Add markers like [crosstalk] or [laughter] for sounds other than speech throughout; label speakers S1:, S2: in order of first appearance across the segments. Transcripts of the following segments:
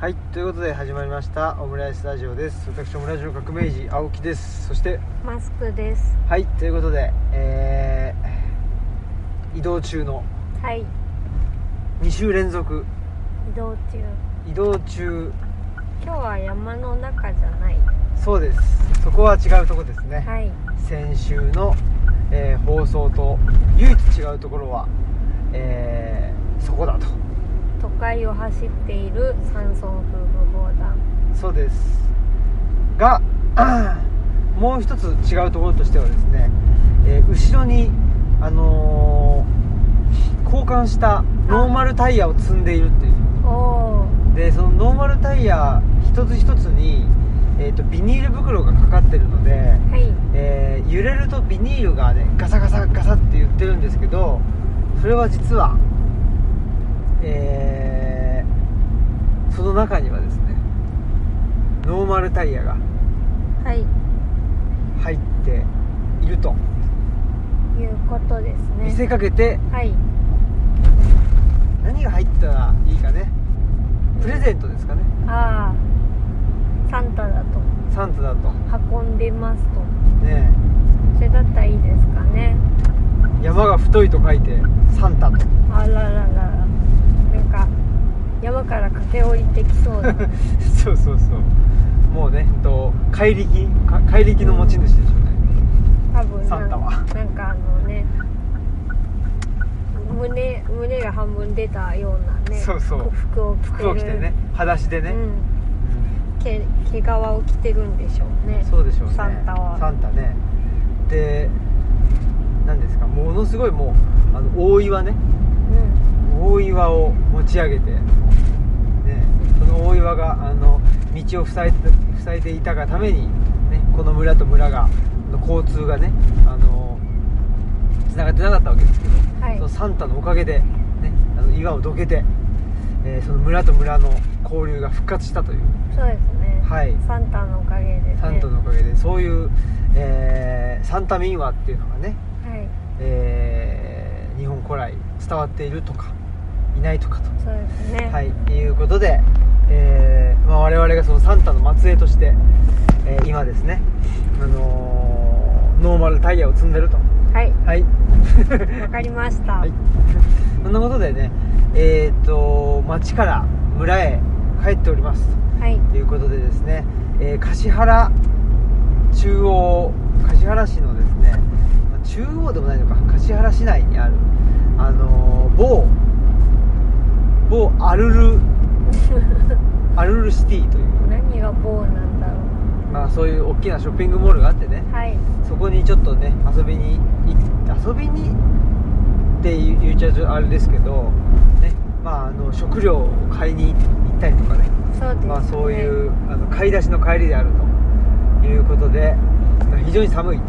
S1: はいということで始まりましたオムライスラジオです私オムライスの革命児青木ですそして
S2: マスクです。
S1: はいということでえー移動中の
S2: はい。移
S1: 2週連続
S2: 動中。
S1: 移動中
S2: 今日は山の中じゃない。
S1: そうですそこは違うとこですね、
S2: はい。
S1: 先週の、えー放送と唯一違うところは、えーそこだと
S2: 都会を走っている山村夫婦横断。
S1: そうですが [clears throat] もう一つ違うところとしてはですね、えー後ろに、あのー交換したノーマルタイヤを積んでいるっていう
S2: お
S1: でそのノーマルタイヤ一つ一つに、えー、とビニール袋がかかってるので、
S2: ー。はい。
S1: えー揺れるとビニールがねガサガサガサって言ってるんですけどそれは実は、えーその中にはですねノーマルタイヤが
S2: はい。
S1: 入っていると
S2: いうことですね。
S1: 見せかけて
S2: はい。
S1: 何が入ってたらいいかねプレゼントですかね
S2: ああ。サンタだと。
S1: サンタだと
S2: 運んでますと。
S1: ね
S2: それだったらいいですかね。
S1: 山が太いと書いてサンタと [laughs]
S2: あらららら。なんか。山から駆け下りてきそうだ。
S1: そうそうそうもうね、えっと、怪力か怪力の持ち主でしょうね、
S2: 多分
S1: サンタは
S2: なんかあのね胸胸が半分出たようなね
S1: そうそう
S2: 服を着てる
S1: 服を着てね裸足でね、
S2: うん、毛毛皮を着てるんでしょうね
S1: そうでしょうね
S2: サンタは
S1: サンタねで何ですかものすごいもうあの大岩ね
S2: うん
S1: 大岩を持ち上げて、ね、その大岩があの道を塞いで塞いでいたがために、ね、この村と村がの交通がねあの繋がってなかったわけですけど、
S2: はい
S1: そのサンタのおかげで、ね、あの岩をどけて、えーその村と村の交流が復活したという。
S2: そうですね
S1: はい
S2: サンタのおかげで、ね、
S1: サンタのおかげでそういう、えーサンタ民話っていうのがね、
S2: はい
S1: えー日本古来伝わっているとかいないとかと、
S2: そうですね
S1: はい、いうことで、えーまあ、我々がそのサンタの末裔として、えー今ですね、あのーノーマルタイヤを積んでると
S2: はい
S1: はい
S2: わ、かりました
S1: はいそんなことでねえっ、と町から村へ帰っております
S2: はい
S1: ということでですね、えー橿原中央橿原市のですねまあ中央でもないのか橿原市内にあるあのー某某アルルアルルシティという、
S2: 何が棒なんだろ
S1: まあ、そういう大きなショッピングモールがあってね
S2: うはい
S1: そこにちょっとね遊びに行っ遊びにって言っちゃうとあれですけど、ねまあ、あの食料を買いに行ったりとかね
S2: そうですね
S1: まあ、そういう、あの買い出しの帰りであるということで、まあ非常に寒い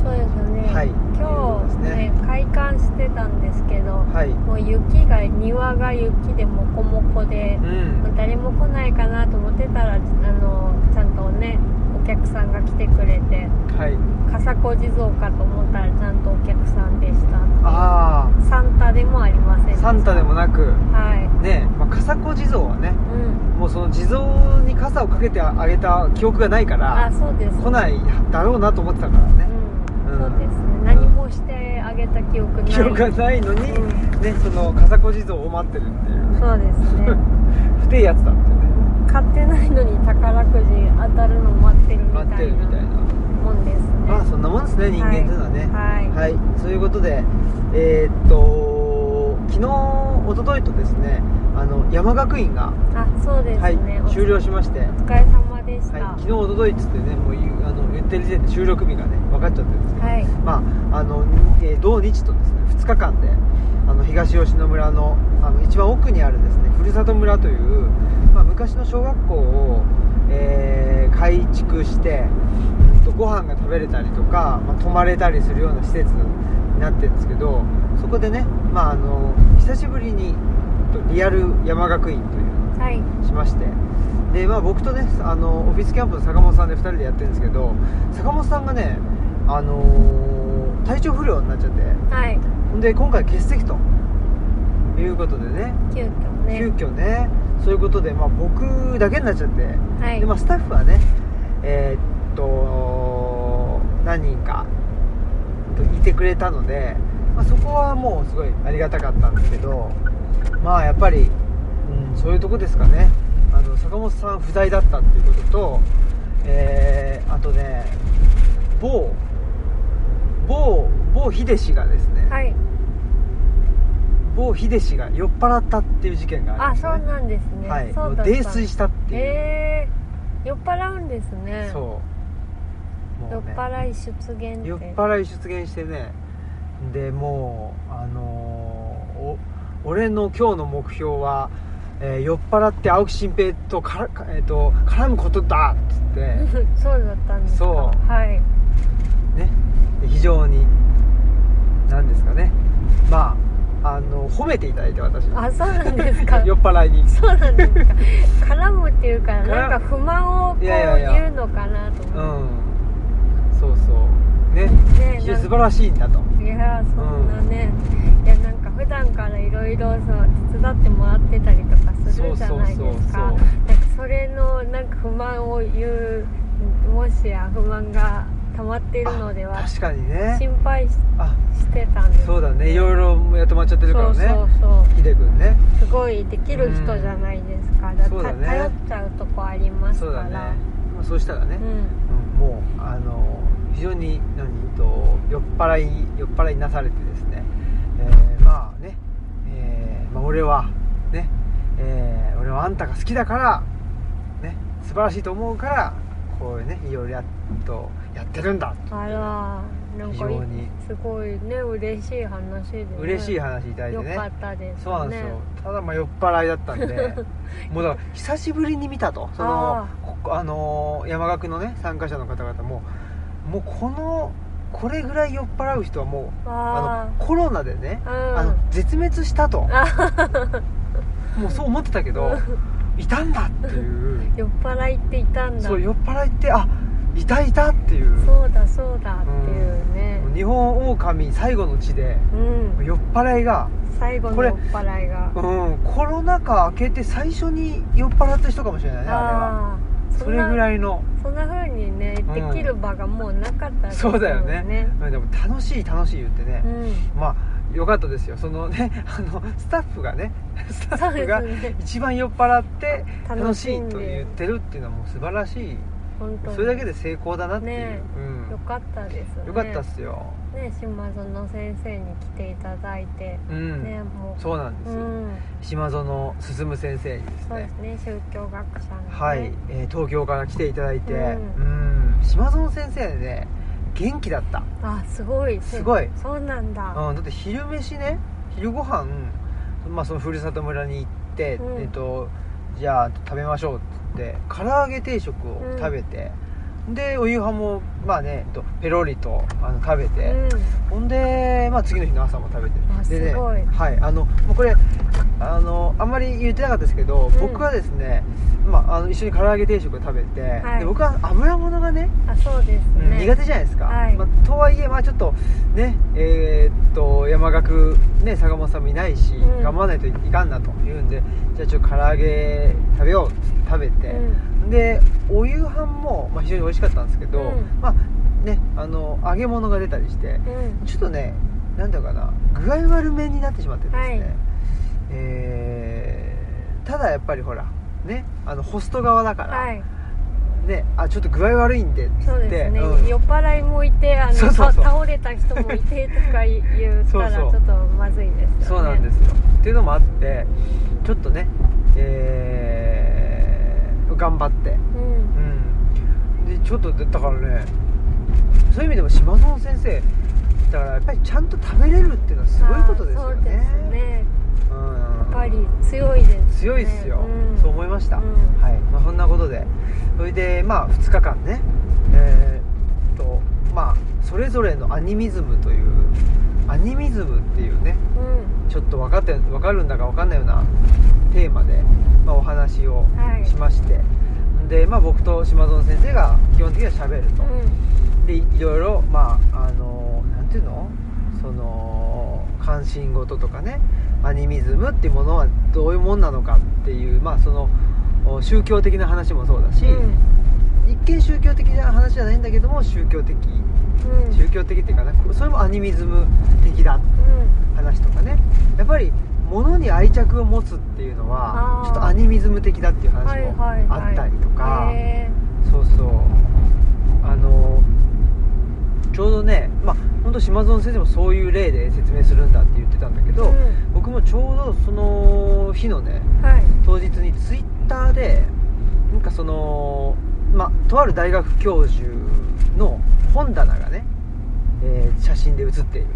S2: そうですね、
S1: はい
S2: 今日ね開館してたんですけど、
S1: はい
S2: もう雪が庭が雪でモコモコで
S1: う、ん
S2: 誰も来ないかなと思ってたらあのちゃんとねお客さんが来てくれて
S1: はい
S2: 笠子地蔵かと思ったらちゃんとお客さんでした
S1: あ
S2: サンタでもありませんで
S1: あ
S2: した
S1: サンタでもなく
S2: は
S1: ねまあ、笠子地蔵はね
S2: いうん
S1: もうその地蔵に傘をかけてあげた記憶がないか
S2: あ
S1: ら
S2: そうです
S1: 来ないだろうなと思ってたから
S2: う
S1: ね、
S2: ん
S1: うん
S2: そうですね何もしてあげた記憶ない
S1: 記憶がないのに、
S2: う
S1: ねその笠子地蔵を待ってるっていう
S2: そうですね
S1: [laughs] 不定やつだってね
S2: 買ってないのに宝くじ当たるの待ってるみたい
S1: 待ってるみたい
S2: な
S1: な
S2: もんですね
S1: ま [laughs] あそんなもんですね人間っていうのはね、
S2: はい、はい
S1: はい、そういうことで、えーっと昨日、一昨日とですね、あの山学院が、
S2: あそうですね、
S1: はい
S2: お、
S1: 終了しまして、はい、
S2: お疲れ様でした
S1: 昨
S2: は
S1: 日、一昨日っつってね、もう言うあの言ってる時点で収録日がね、分かっちゃってるんですけ
S2: い、
S1: ど、まああのえー同日とですね2日間で、あの東吉野村のあの一番奥にあるですねふるさと村という、まあ、昔の小学校を、えー改築して、うんとご飯が食べれたりとか、まあ、泊まれたりするような施設になってるんですけどそこでね、まあ、あの久しぶりにえっとリアル山学院というの
S2: はい
S1: をしましてで、まあ、僕とねあのオフィスキャンプの坂本さんで2人でやってるんですけど坂本さんがね、あのー体調不良になっちゃって
S2: はい
S1: ほんで今回欠席ということでね
S2: 急遽ね
S1: 急遽ねそういうことで、まあ、僕だけになっちゃって、
S2: はい
S1: でまあ、スタッフはねえーっと何人かいてくれたので、まあ、そこはもうすごいありがたかったんですけどまあやっぱり、うん、そういうとこですかねあの坂本さん不在だったっていうことと、えーあとね某某某秀氏がですね、
S2: はい
S1: 某秀氏が酔っ払ったっていう事件があり
S2: あ
S1: まし
S2: そう
S1: た、ね、
S2: なんですね、
S1: はい
S2: そ
S1: も
S2: う
S1: う
S2: だった
S1: 泥酔したっていう、
S2: へえ酔っ払うんですね
S1: そうもう
S2: 酔っ
S1: ね
S2: 払い出現って
S1: 酔っ払い出現してねでもうあのーお俺の今日の目標は、えー酔っ払って青木新平とからか、えー、と絡むことだっつって、ね、
S2: [laughs] そうだったんですか
S1: そう
S2: はい
S1: で非常に何ですかねまああの褒めていただいて私は
S2: あそうなんですか
S1: [laughs] 酔っ払いに
S2: そうなんですか絡むっていうから
S1: 絡む
S2: なんか不満をこう
S1: いやいやいや
S2: 言うのかなと
S1: う
S2: 思っ
S1: んそうそうね
S2: て、ね
S1: 非常に
S2: なん
S1: 素晴らしいんだと
S2: いやーそんなね、いやなんか普段からいろいろ手伝ってもらってたりとかするじゃないです
S1: そ
S2: か
S1: うそうそうそう
S2: なんかそれのなんか不満を言うもしや不満が溜まっているのでは
S1: 確かにね
S2: 心配し
S1: あ
S2: してたんです
S1: そうだねいろいろやってもらっちゃってるからね
S2: そうそう
S1: ヒデ君ね
S2: そうすごいできる人じゃないですか,、だ
S1: そうだね
S2: 頼っちゃうとこありますか
S1: そう
S2: ら
S1: だね、まあ、そうしたらね、
S2: うん
S1: うんもうあの非常に何と酔っ払い酔っ払いなされてですね、えーまあね、えーまあ、俺はね、えー俺はあんたが好きだからね素晴らしいと思うからこういうねいろいろやっとやってるんだ
S2: あらなん
S1: 非
S2: かい
S1: 常に
S2: すごいね嬉しい話で、ね、
S1: 嬉しい話いただいて
S2: よ
S1: ね
S2: かったです、ね、
S1: そうなんですよ、ただまあ酔っ払いだったんで
S2: [laughs]
S1: もうだから久しぶりに見たとその
S2: あ
S1: ここあのー山岳のね参加者の方々ももうこのこれぐらい酔っ払う人はもうあ
S2: あ
S1: のコロナでね、
S2: あ
S1: あ
S2: あ
S1: の絶滅したともうそう思ってたけ
S2: [laughs]
S1: どいたんだっていう
S2: うん酔っ払いっていたんだ
S1: そう酔っ払いってあいたいたっていう
S2: そうだそうだっていうね
S1: 日本狼最後の地で
S2: うん、
S1: 酔っ払いが、
S2: 最後
S1: こ
S2: の
S1: れ
S2: 酔っ払いが
S1: うん、コロナ禍明けて最初に酔っ払った人かもしれないねあれは。
S2: ああ
S1: それぐ
S2: い
S1: らいの
S2: そんな風にね
S1: うん
S2: できる場がもうなかったです
S1: そうだよねうんでも楽しい楽しい言ってね
S2: う、ん
S1: まあよかったですよそのね [laughs] あのスタッフ [laughs] がねスタ
S2: そう
S1: ッ
S2: で
S1: フ
S2: す
S1: が
S2: ね
S1: 一番酔っ払って楽
S2: 楽
S1: し
S2: し
S1: い
S2: んで
S1: と言ってるっていうのはもう素晴らしい
S2: 本当に
S1: それだけで成功だなっていう、
S2: ね
S1: う
S2: よかったです
S1: ん
S2: ね
S1: よかったっすよ、
S2: ね島園先生に来ていただいて、
S1: うん
S2: ねも
S1: そうなんで
S2: う、
S1: す
S2: う
S1: よ、
S2: ん、
S1: 島園進先生にです
S2: そうで
S1: ね
S2: すね宗教学者の、ね、
S1: はい、えー東京から来ていただいて、う、
S2: うん
S1: 島園先生ね元気だった
S2: あすごい
S1: すごい
S2: そうなんだ、
S1: うん、だって昼飯ね昼ご飯まあそのふるさと村に行って、
S2: うん
S1: えっとじゃあ食べましょうっつって唐揚げ定食を食べて、でお夕飯もまあね、えっと、ペロリとあの食べて、
S2: う
S1: ほんで、まあ、次の日の朝も食べて
S2: あ
S1: でね
S2: すごい
S1: はいあのもうこれあのあんまり言ってなかったですけど、
S2: うん
S1: 僕はですね、まあ、あの一緒に唐揚げ定食を食べて、
S2: はい
S1: で僕は油物がね
S2: んあそうです
S1: うん
S2: ね、
S1: 苦手じゃないですか、
S2: はい
S1: まあとはいえ、まあ、ちょっとねえーっと山岳、ね、坂本さんもいないし、
S2: うん
S1: 頑張らないといかんなというんでじゃあちょっと唐揚げ食べようっつって食べて、
S2: うん
S1: でお夕飯も、まあ、非常に美味しかったんですけど、
S2: うん
S1: まあね、あの揚げ物が出たりして
S2: うん、
S1: ちょっとねなんだかな具合悪めになってしまってですね、
S2: はい
S1: えーただやっぱりほらねあのホスト側だから、
S2: はい
S1: ね、あちょっと具合悪いんでっつって
S2: そうですね、
S1: うん
S2: 酔っ払いもいてあの
S1: そうそうそう
S2: た倒れた人もいてとか言ったらち
S1: そうそう
S2: ょっとまずいですよね
S1: そうなんですよ、っていうのもあってちょっとねえー頑張って
S2: うん
S1: うんでちょっとだだからねそういう意味でも島園先生だからやっぱりちゃんと食べれるっていうのはすごいことですよね
S2: あーそうですね
S1: うん
S2: やっぱり強いです、ね、
S1: 強いっすよ、
S2: うん、
S1: そう思いました、
S2: うん
S1: はい、まあ、そんなことでそれでまあ2日間ねえーっとまあそれぞれのアニミズムというアニミズムっていうね
S2: うん
S1: ちょっと分かって分かるんだか分かんないようなテーマで、まあ、お話を
S2: はい
S1: しまして、で、まあ、僕と島園先生が基本的には喋ると、
S2: うん
S1: でいいろいろまああのなんていうのその感関心事とかねアニミズムっていうものはどういうもんなのかっていうまあそのお宗教的な話もそうだし、一見宗教的な話じゃないんだけども宗教的
S2: うん
S1: 宗教的っていうかなそれもアニミズム的だ
S2: うん
S1: 話とかねやっぱり物に愛着を持つっていうのは
S2: あー
S1: ちょっとアニミズム的だっていう
S2: は
S1: 話
S2: い
S1: も
S2: はいはい
S1: あったりとか、
S2: へ
S1: そうそうあのちょうどねまあ本当島園先生もそういう例で説明するんだって言ってたんだけ
S2: ー
S1: ど、
S2: うん
S1: 僕もちょうどその日のね
S2: はい
S1: 当日にツイッターでなんかそのまあとある大学教授の本棚がね、えー写真で写っている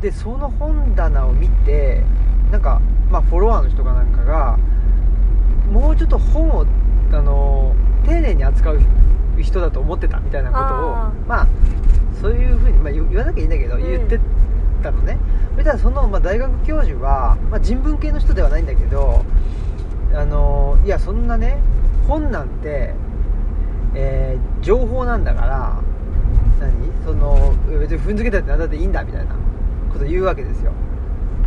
S1: でその本棚を見てなんか、まあ、フォロワーの人かなんかがもうちょっと本をあの丁寧に扱う人だと思ってたみたいなことを
S2: あ
S1: まあそういうふうに、まあ、言言わなきゃいいんだけど、
S2: うん
S1: 言ってたのねそしたらその、まあ、大学教授は、まあ、人文系の人ではないんだけどあのいやそんなね本なんて、えー情報なんだから何その別に踏んづけたって何だっていいんだみたいなこと言うわけですよ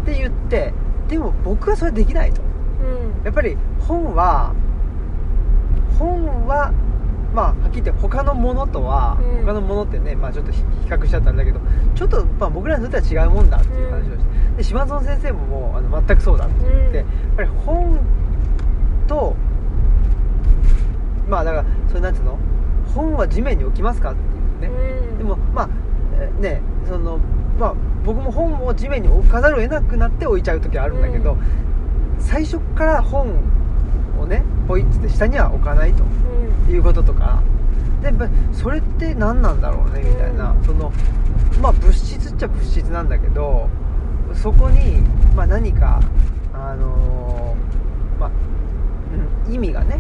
S1: って言ってでも僕はそれできないと
S2: うん
S1: やっぱり本は本はまあはっきり言って他のものとは、
S2: うん
S1: 他のものってね、まあ、ちょっと比比較しちゃったんだけどちょっと、まあ、僕らにとっては違うもんだっていう話をして、で島園先生ももうあの全くそうだって言って、
S2: うん
S1: やっぱり本とまあだからそれなんつうの本は地面に置きますかっていうね、
S2: うん
S1: でもまあえーねそのまあ僕も本を地面に置かざるを得なくなって置いちゃう時はあるんだけど、
S2: う
S1: 最初から本をねポイっつって下には置かないと
S2: うん
S1: いうこととかでやっぱりそれって何なんだろうねみたいな、
S2: うん
S1: そのまあ物質っちゃ物質なんだけどそこに、まあ、何かあのーまあうん意味がね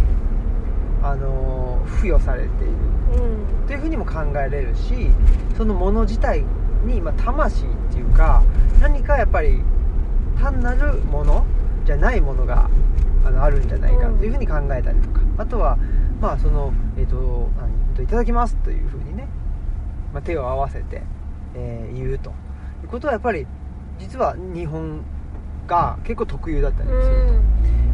S1: あのー付与されている
S2: うん
S1: というふうにも考えれるしそのもの自体に、まあ、魂っていうか何かやっぱり単なるものじゃないものがあのあるんじゃないか
S2: うん
S1: というふうに考えたりとか、あとはまあそのえっ、とあのえっといただきますというふうにね、まあ、手を合わせて、えー言うということはやっぱり実は日本が結構特有だったりすると。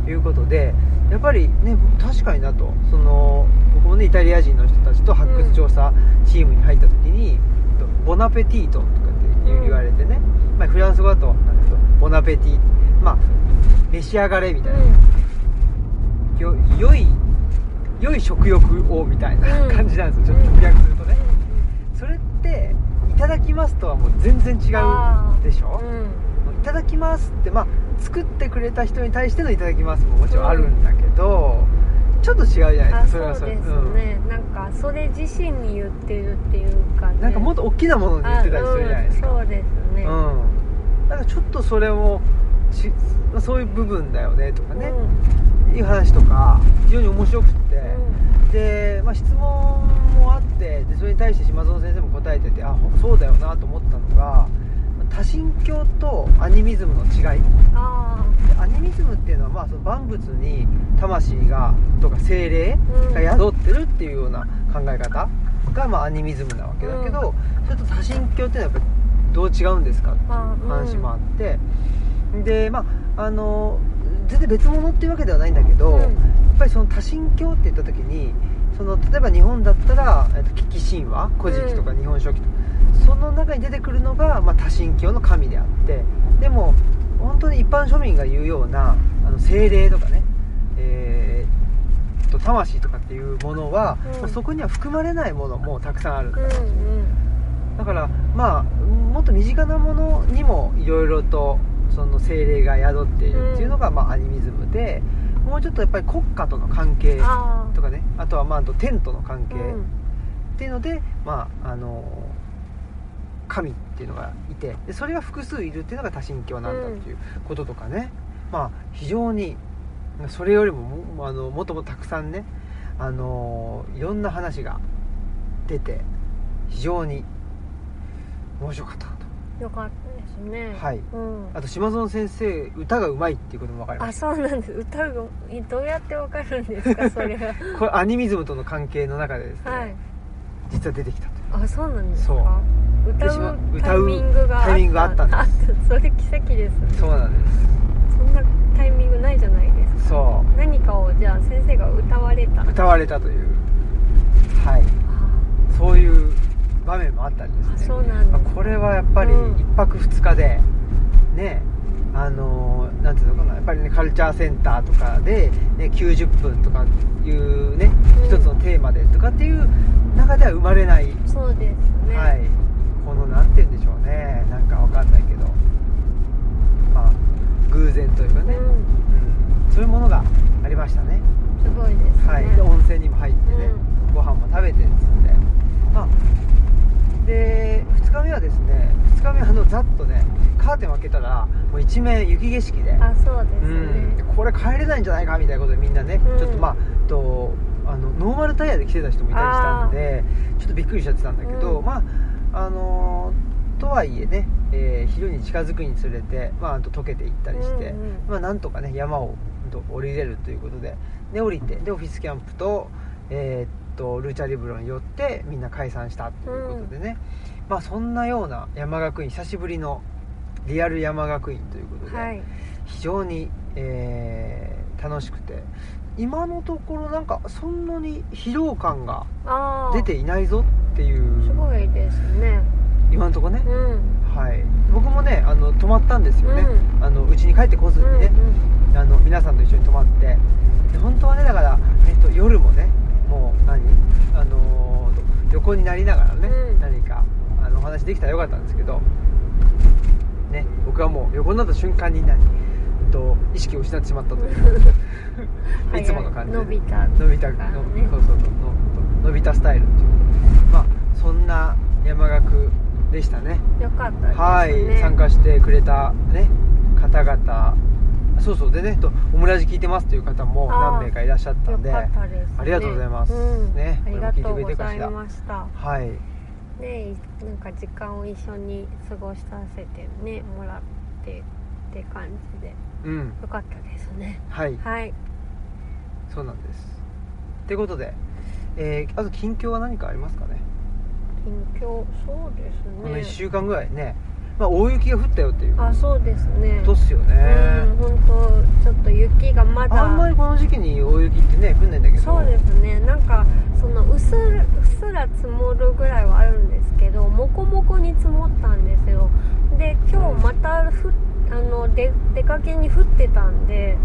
S1: ということでやっぱりね確かになとその僕もねイタリア人の人たちと発掘調査チームに入った時に「えっとボナペティート」とかって言う
S2: うん
S1: 言われてね、まあ、フランス語だとなんだけどボナペティまあ召し上がれみたいな、よ良い良い食欲をみたいな
S2: うん
S1: 感じなんですよ、ちょっと直訳するとね、それって「いただきます」とはもう全然違
S2: あ
S1: う
S2: ー
S1: でしょ、
S2: うん
S1: いただきますって、まあ、作ってくれた人に対してのいただきますももちろんあるんだけど、ちょっと違うじゃない
S2: あ
S1: ですか
S2: そう
S1: は
S2: です
S1: れ
S2: ね、なんかそれ自身に言ってるっていうか、
S1: うん、なんかもっと大きなものに言ってたりするじゃないですか、
S2: あうん、そうです
S1: う
S2: ね、
S1: んだからちょっとそれもちそういう部分だよねとかね、いう話とか非常に面白くて、で、まあ、質問もあってでそれに対して島園先生も答えててあほそうだよなと思ったのが多神教とアニミズムの違い、
S2: うん、あ
S1: アニミズムっていうのはまあその万物に魂がとか精霊が宿ってるっていうような考え方がまあアニミズムなわけだけど、それと多神教っていうのはやっぱりどう違うんですかっていう話もあって、でまああの全然別物っていうわけではないんだけ
S2: あ
S1: ど、
S2: うん
S1: やっぱりその多神教って言った時にその例えば日本だったら「えっと、危機神話」「古事記」とか「日本書紀」とか、その中に出てくるのが、まあ、多神教の神であってでも本当に一般庶民が言うようなあの精霊とかね、えー、と魂とかっていうものは、
S2: うん
S1: もうそこには含まれないものもたくさんあるんだ,、
S2: うんうん
S1: だからまあもっと身近なものにもいろいろとその精霊が宿っているっていうのが、まあ、アニミズムでもうちょっとやっぱり国家との関係
S2: あ
S1: とかねあとはまああと天との関
S2: ー
S1: 係、っていうので、まああの神っていうのがいてでそれが複数いるっていうのが多神教なんだっていうこととかね、まあ非常にそれよりももあのもっともたくさんね、あのいろんな話が出て非常に面白かったなと
S2: うん、よかったですね
S1: はい
S2: うん
S1: あと島園先生歌がうまいっていうことも分かりま
S2: あ
S1: し
S2: そうなんです歌うのえどうやってわかるんで
S1: [laughs]
S2: すかそれは
S1: たこれアニミズムとの関係の中でですね、
S2: はい
S1: 実は出てきたという
S2: あそうなんです
S1: そう
S2: か歌
S1: てしま
S2: う
S1: う
S2: タイミングが
S1: タイミングがあったんです
S2: あったそれ奇跡ですね
S1: そうなんです
S2: そんなタイミングないじゃないですか
S1: そ
S2: 何かをじゃあ先生が歌われた
S1: う歌われたというはい
S2: あ
S1: そういう場面もあったりですね
S2: あそうなんだ
S1: まあこれはやっぱり
S2: うん
S1: 1泊2日でねあのーなんていうのかなやっぱりねカルチャーセンターとかで、ね、90分とかいうね
S2: うん
S1: 一つのテーマでとかっていう中では生まれない、
S2: そうですね、
S1: はい、このなんて言うんでしょうねなんかわかんないけどまあ偶然というかね、
S2: う
S1: うん
S2: ん、
S1: そういうものがありましたね
S2: すごいですね、
S1: はい、で温泉にも入ってね、
S2: う
S1: ご飯も食べてっつってまあで2日目はですね2日目はあのざっとねカーテンを開けたらもう一面雪景色で
S2: あそうですね、
S1: うんでこれ帰れないんじゃないかみたいなことでみんなね、
S2: うん
S1: ちょっとまあえっとあのノーマルタイヤで来てた人もいたりしたんでちょっとびっくりしちゃってたんだけど、
S2: うん
S1: まああのーとはいえね、えー昼に近づくにつれて、まあ、あと溶けていったりして、
S2: うんうん
S1: まあ、なんとかね山をほんと降りれるということでで降りてでオフィスキャンプと,、えーっとルーチャリブロに寄ってみんな解散したということでね、まあ、そんなような山学院久しぶりのリアル山学院ということで、
S2: はい
S1: 非常に、えー楽しくて今のところなんかそんなに疲労感が
S2: ああ
S1: 出ていないぞってい
S2: す
S1: う
S2: ごいですね
S1: 今のところね
S2: う、ん
S1: はい、僕もねあの泊まったんですよね、
S2: う
S1: あのうちに帰ってこず
S2: う
S1: に
S2: ん、
S1: ね、あの皆さんと一緒に泊まってで本当はねだから、えっと、夜もねもう何あのー横になりながらね、
S2: うん
S1: 何かあのお話できたらよかったんですけど、ね、僕はもう横になった瞬間に何、えっと、意識を失ってしまったといういつもの感じで
S2: 伸びた
S1: 伸びた
S2: から
S1: の、
S2: ね
S1: そうそうそうの伸びたスタイルっていうまあそんな山岳でしたね
S2: よかったですね
S1: はい参加してくれた、ね、方々そうそうでねとオムラジ聞いてますという方も何名かいらっしゃった
S2: よ
S1: んで
S2: かったです、ね、
S1: ありがとうございます
S2: うん、
S1: ね
S2: ありがとうござい
S1: これも
S2: ました
S1: はい
S2: ねいなんか時間を一緒に過ごさせてねもらってって感じで
S1: うん
S2: よかったですね
S1: はい
S2: はい
S1: そうなんですってことで、えーあと近況は何かありますかね
S2: 近況そうですね
S1: この1週間ぐらいね、まあ、大雪が降ったよっていうこ
S2: あそうですね
S1: とっすよね
S2: うん本当ちょっと雪がまだ
S1: あんまりこの時期に大雪ってね降んないんだけど
S2: そうですねなんかそのうっすらうっすら積もるぐらいはあるんですけどもこもこに積もったんですよで今日またふあので出かけに降ってたんで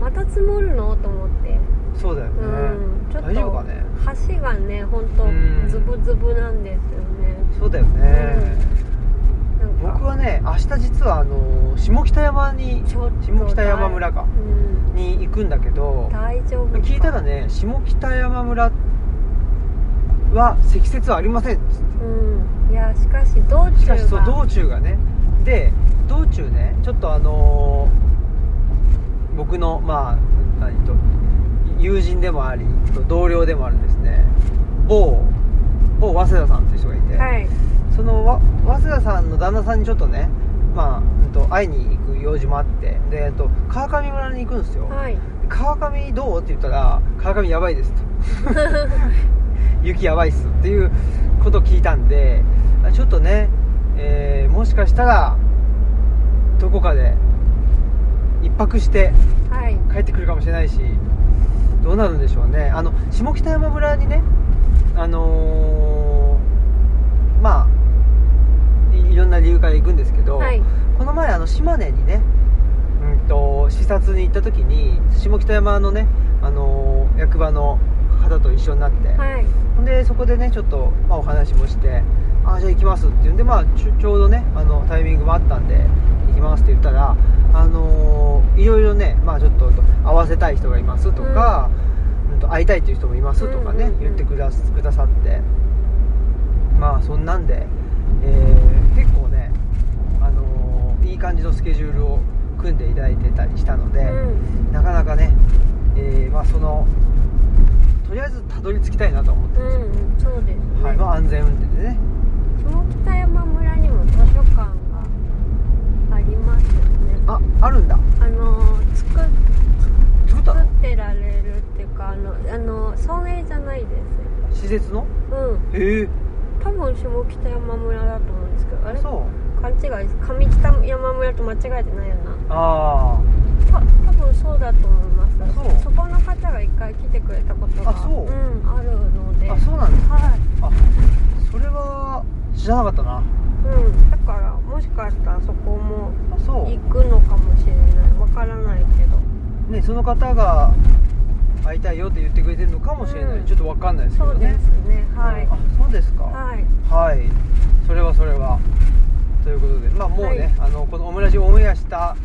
S2: また積もるのと思って
S1: そうだよね、
S2: うんちょっと
S1: 大丈夫かね
S2: 橋がね本
S1: うん
S2: 当ズブズブなんですよね
S1: そうだよね、
S2: なんか
S1: 僕はね明日実はあの下北山に
S2: ちょっと
S1: 下北山村か
S2: うん
S1: に行くんだけど
S2: 大丈夫か
S1: 聞いたらね下北山村は積雪はありませんっつっ
S2: うんいやしかし道中
S1: て
S2: が
S1: しかしそう道中がねで道中ねちょっとあのー僕のまあ何と友人でもありと同僚でもあるんですね某某早稲田さんっていう人がいて、
S2: はい
S1: そのわ早稲田さんの旦那さんにちょっとね、まあうんと、会いに行く用事もあってで、えっと、川上村に行くんですよ、
S2: はい
S1: で川上どうって言ったら川上やばいですと雪やばいっすっていうことを聞いたんであちょっとね、えーもしかしたらどこかで一泊して
S2: はい
S1: 帰ってくるかもしれないしどうなるんでしょうねあの下北山村にねあのーまあいいろんな理由から行くんですけど、
S2: はい
S1: この前あの島根にね、うん、と視察に行った時に下北山のね、あのー役場の方と一緒になって、
S2: はい
S1: ほんでそこでねちょっと、まあ、お話もして「あじゃあ行きます」って言うんで、まあ、ちょちょうどねあのタイミングもあったんで「行きます」って言ったら、あのーいろいろね、まあ、ちょっと会わせたい人がいますとか、うんと会いたいっていう人もいますとかね、
S2: うんうんうん
S1: 言ってくだすくださってまあそんなんで、えー結構ね、あのーいい感じのスケジュールを組んでいただいてたりしたので。
S2: うん
S1: なかなかね、えーまあ、そのとりあえずたどり着きたいなと思って
S2: う
S1: ます、
S2: んうんそうですね
S1: はいまあ、安全運転でね
S2: 下北山村にも図書館がありますよね
S1: ああるんだ
S2: あの作っ
S1: 作った
S2: 作っ
S1: の
S2: てられるっていうかあのあの村営じゃないです
S1: 施設の
S2: うん
S1: ええ
S2: 多分下北山村だと思うんですけどあれ
S1: そう
S2: 勘違い上北山村と間違えてないよな
S1: あ
S2: た多分そうだと思います
S1: そう
S2: そこの方が一回来てくれたことが、
S1: あそうん
S2: あるので
S1: ああそうなんです
S2: はい
S1: あそれは知らなかったな
S2: うん、だからもしかしたらそこも
S1: あそ
S2: 行くのかもしれないわからないけど
S1: うねその方が会いたいよって言ってくれてるのかもしれない、
S2: うん
S1: ちょっとわかんないですけ
S2: そ
S1: ど
S2: うで
S1: ね
S2: すねはい
S1: あそうですか
S2: はい
S1: はい、それはそれは。ということで、まあ、もうね、
S2: はい
S1: あのこのオムラジオンエアした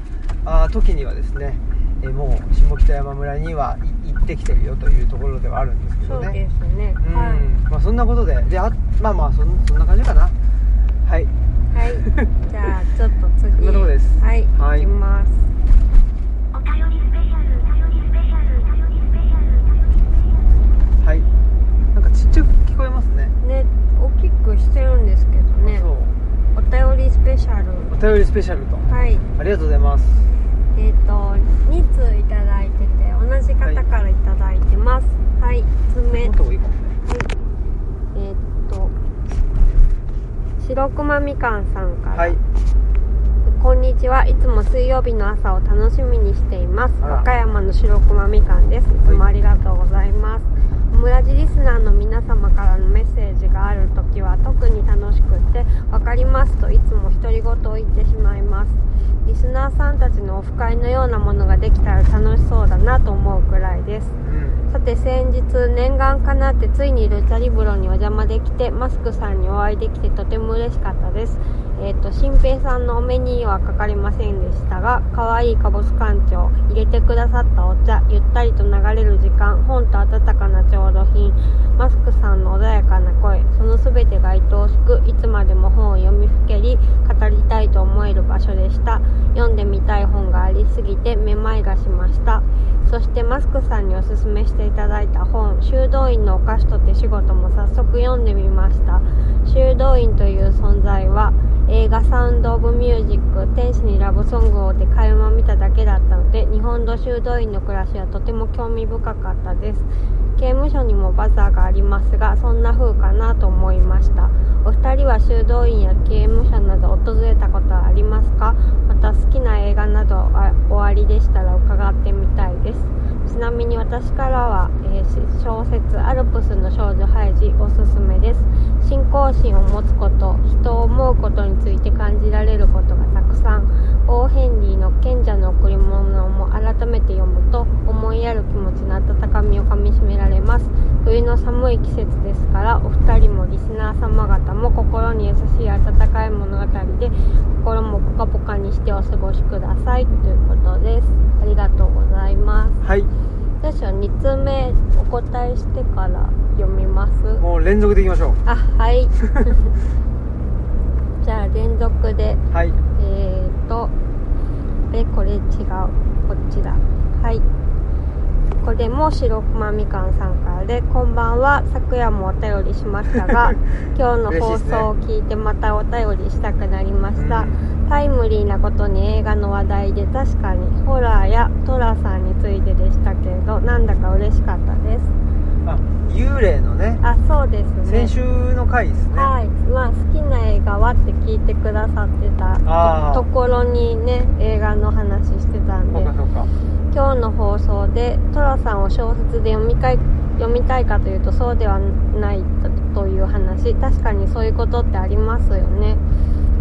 S1: あー時にはですね、えーもう下北山村にはい行ってきてるよというところではあるんですけ
S2: そ
S1: ど
S2: う
S1: ね。
S2: ですね
S1: うん、
S2: は
S1: まあ、そんなことで、で、あ、まあまあ、そん、そんな感じかな。はい、
S2: い
S1: [laughs]
S2: はいじゃあちょっと次
S1: そんなとこです
S2: はい、
S1: はい
S2: 行きます
S3: お便りスペシャル、お便りスペシャル、お便りスペシャル、お便りスペシャル。
S1: はい。なんかちっちゃく聞こえますね。
S2: ね大きくしてるんですけどね
S1: そう、
S2: お便りスペシャル
S1: お便りスペシャルと、
S2: はい
S1: ありがとうございます。
S2: えっ、と2通いただいてて同じ方からいただいてますはい、一つ目
S1: もっといいかもね。
S2: はい、えーっと白熊みかんさんから、
S1: はい、
S2: こんにちはいつも水曜日の朝を楽しみにしています
S1: あら
S2: 和歌山の白熊みかんですいつもありがとうございます、オムラジリスナーの皆様からのメッセージがある時は特に楽しくって分かりますといつも独り言を言ってしまいますリスナーさんたちのオフ会のようなものができたら楽しそうだなと思うくらいです
S1: うん、
S2: さて先日念願かなってついにルチャリブロにお邪魔できてマスクさんにお会いできてとても嬉しかったですえっ、と新平さんのお目にはかかりませんでしたが可愛いかぼす館長入れてくださったお茶ゆったりと流れる時間本と温かな調度品マスクさんの穏やかな声その全てが愛おしくいつまでも本を読みふけり語りたいと思える場所でした読んでみたい本がありすぎてめまいがしましたそしてマスクさんにおすすめしていただいた本「修道院のお菓子と手仕事」も早速読んでみました修道院という存在は映画「サウンド・オブ・ミュージック」「天使にラブソングを」で垣間見ただけだったので日本の修道院の暮らしはとても興味深かったです刑務所にもバザーがありますがそんな風かなと思いましたお二人は修道院や刑務所など訪れたことはありますかまた好きな映画などあおありでしたら伺ってみたいですちなみに私からは、えーし小説「アルプスの少女ハイジ」おすすめです信仰心を持つこと人を思うことについて感じられることがたくさんオーヘンリーの「賢者の贈り物」も改めて読むと思いやる気持ちの温かみをかみしめられます冬の寒い季節ですからお二人もリスナー様方も心に優しい温かい物語で心もポカポカにしてお過ごしくださいということですありがとうございます
S1: はい、
S2: どうしよう2通目お答えしてから読みます
S1: もう連続でいきましょ
S2: あはい [laughs] じゃあ連続で
S1: う。はい、
S2: えーとえこれ違うこっちだはいこれも白熊みかんさんからでこんばんは昨夜もお便りしましたが今日の放送を聞いてまたお便りしたくなりました、
S1: うん
S2: タイムリーなことに映画の話題で確かにホラーやトラさんについてでしたけれどなんだか嬉しかったです
S1: あ、幽霊のね。
S2: あそうですね
S1: 先週の回ですね、
S2: はいまあ好きな映画はって聞いてくださって
S1: あ
S2: た
S1: ー
S2: ところにね映画の話してたん
S1: そ
S2: で
S1: うかそうか
S2: 今日の放送でトラさんを小説で読みかい読みたいかというとそうではないとという話確かにそういうことってありますよね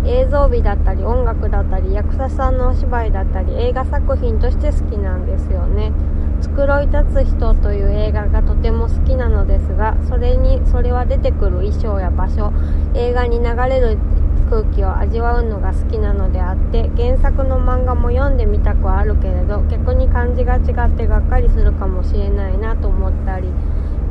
S2: 映像美だったり音楽だったり役者さんのお芝居だったり映画作品として好きなんですよね「繕い立つ人」という映画がとても好きなのですがそれにそれは出てくる衣装や場所映画に流れる空気を味わうのが好きなのであって原作の漫画も読んでみたくはあるけれど逆に漢字が違ってがっかりするかもしれないなと思ったり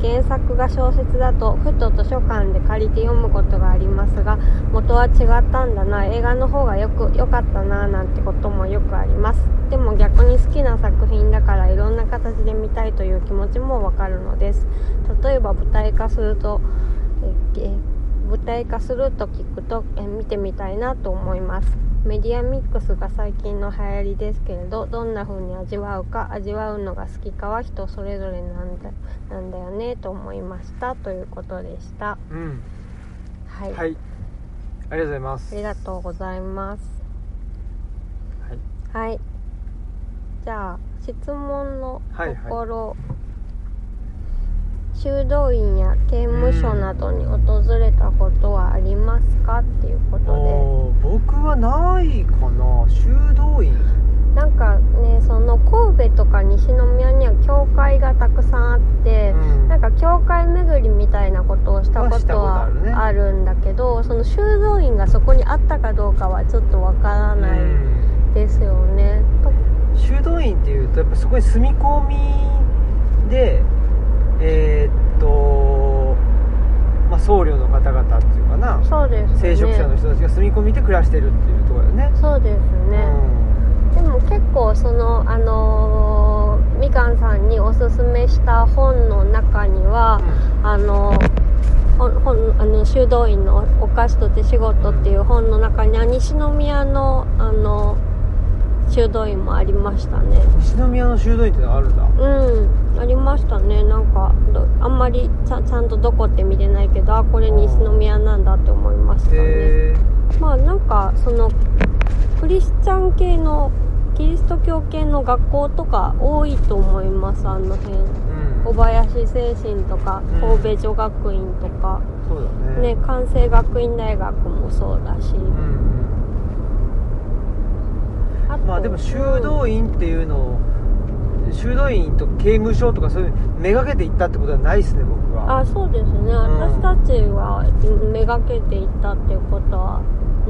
S2: 原作が小説だとふと図書館で借りて読むことがありますが元は違ったんだな映画の方がよく良かったななんてこともよくありますでも逆に好きな作品だからいろんな形で見たいという気持ちもわかるのです例えば舞台化するとええ舞台化すると聞くとえ見てみたいなと思いますメディアミックスが最近の流行りですけれどどんな風に味わうか味わうのが好きかは人それぞれなんだなんだよねと思いましたということでした
S1: うん
S2: はい、
S1: はいありがとうございます
S2: ありがとうございます
S1: はい
S2: はいじゃあ質問の
S1: はい
S2: ところ、修道院や刑務所などに訪れたことはありますかっていうこと
S1: おー僕はないかな修道院
S2: でなんかねその神戸とか西宮には教会がたくさんあって、
S1: うん
S2: なんか教会巡りみたいなことをした
S1: は
S2: こ
S1: した
S2: と
S1: ことあるね
S2: はあるんだけど、その修道院がそこにあったかどうかはちょっとわからな
S1: う
S2: い
S1: ん
S2: ですよね。と
S1: 修道院っていうとやっぱそこに住み込みでえーっと、まあ、僧侶の方々っていうかな
S2: そうですね。
S1: 聖職者の人たちが住み込みで暮らしてるっていうところだよね
S2: そうですね。でも結構そのあのーみかんさんにおすすめした本の中には
S1: う、ん
S2: あのほほんあの修道院のお菓子と手仕事っていう本の中には西宮のあの修道院もありましたね。
S1: 西宮の修道院っていうのはあるんだ
S2: うん、ありましたね。なんかどあんまりちゃちゃんとどこって見てないけど、あこれ西宮なんだって思いましたね。
S1: へ
S2: まあなんかそのクリスチャン系のキリスト教系の学校とか多いと思いますあの辺
S1: えうん
S2: 小林精神とか
S1: うん
S2: 神戸女学院とか、
S1: そうだね
S2: ね関西学院大学もそうだし
S1: うんうん
S2: あと
S1: まあでも修道院っていうのを修道院と刑務所とかそういうめがけて行ったってことはないですね僕
S2: うん
S1: は
S2: あそうですね私たちはめがけていったってことは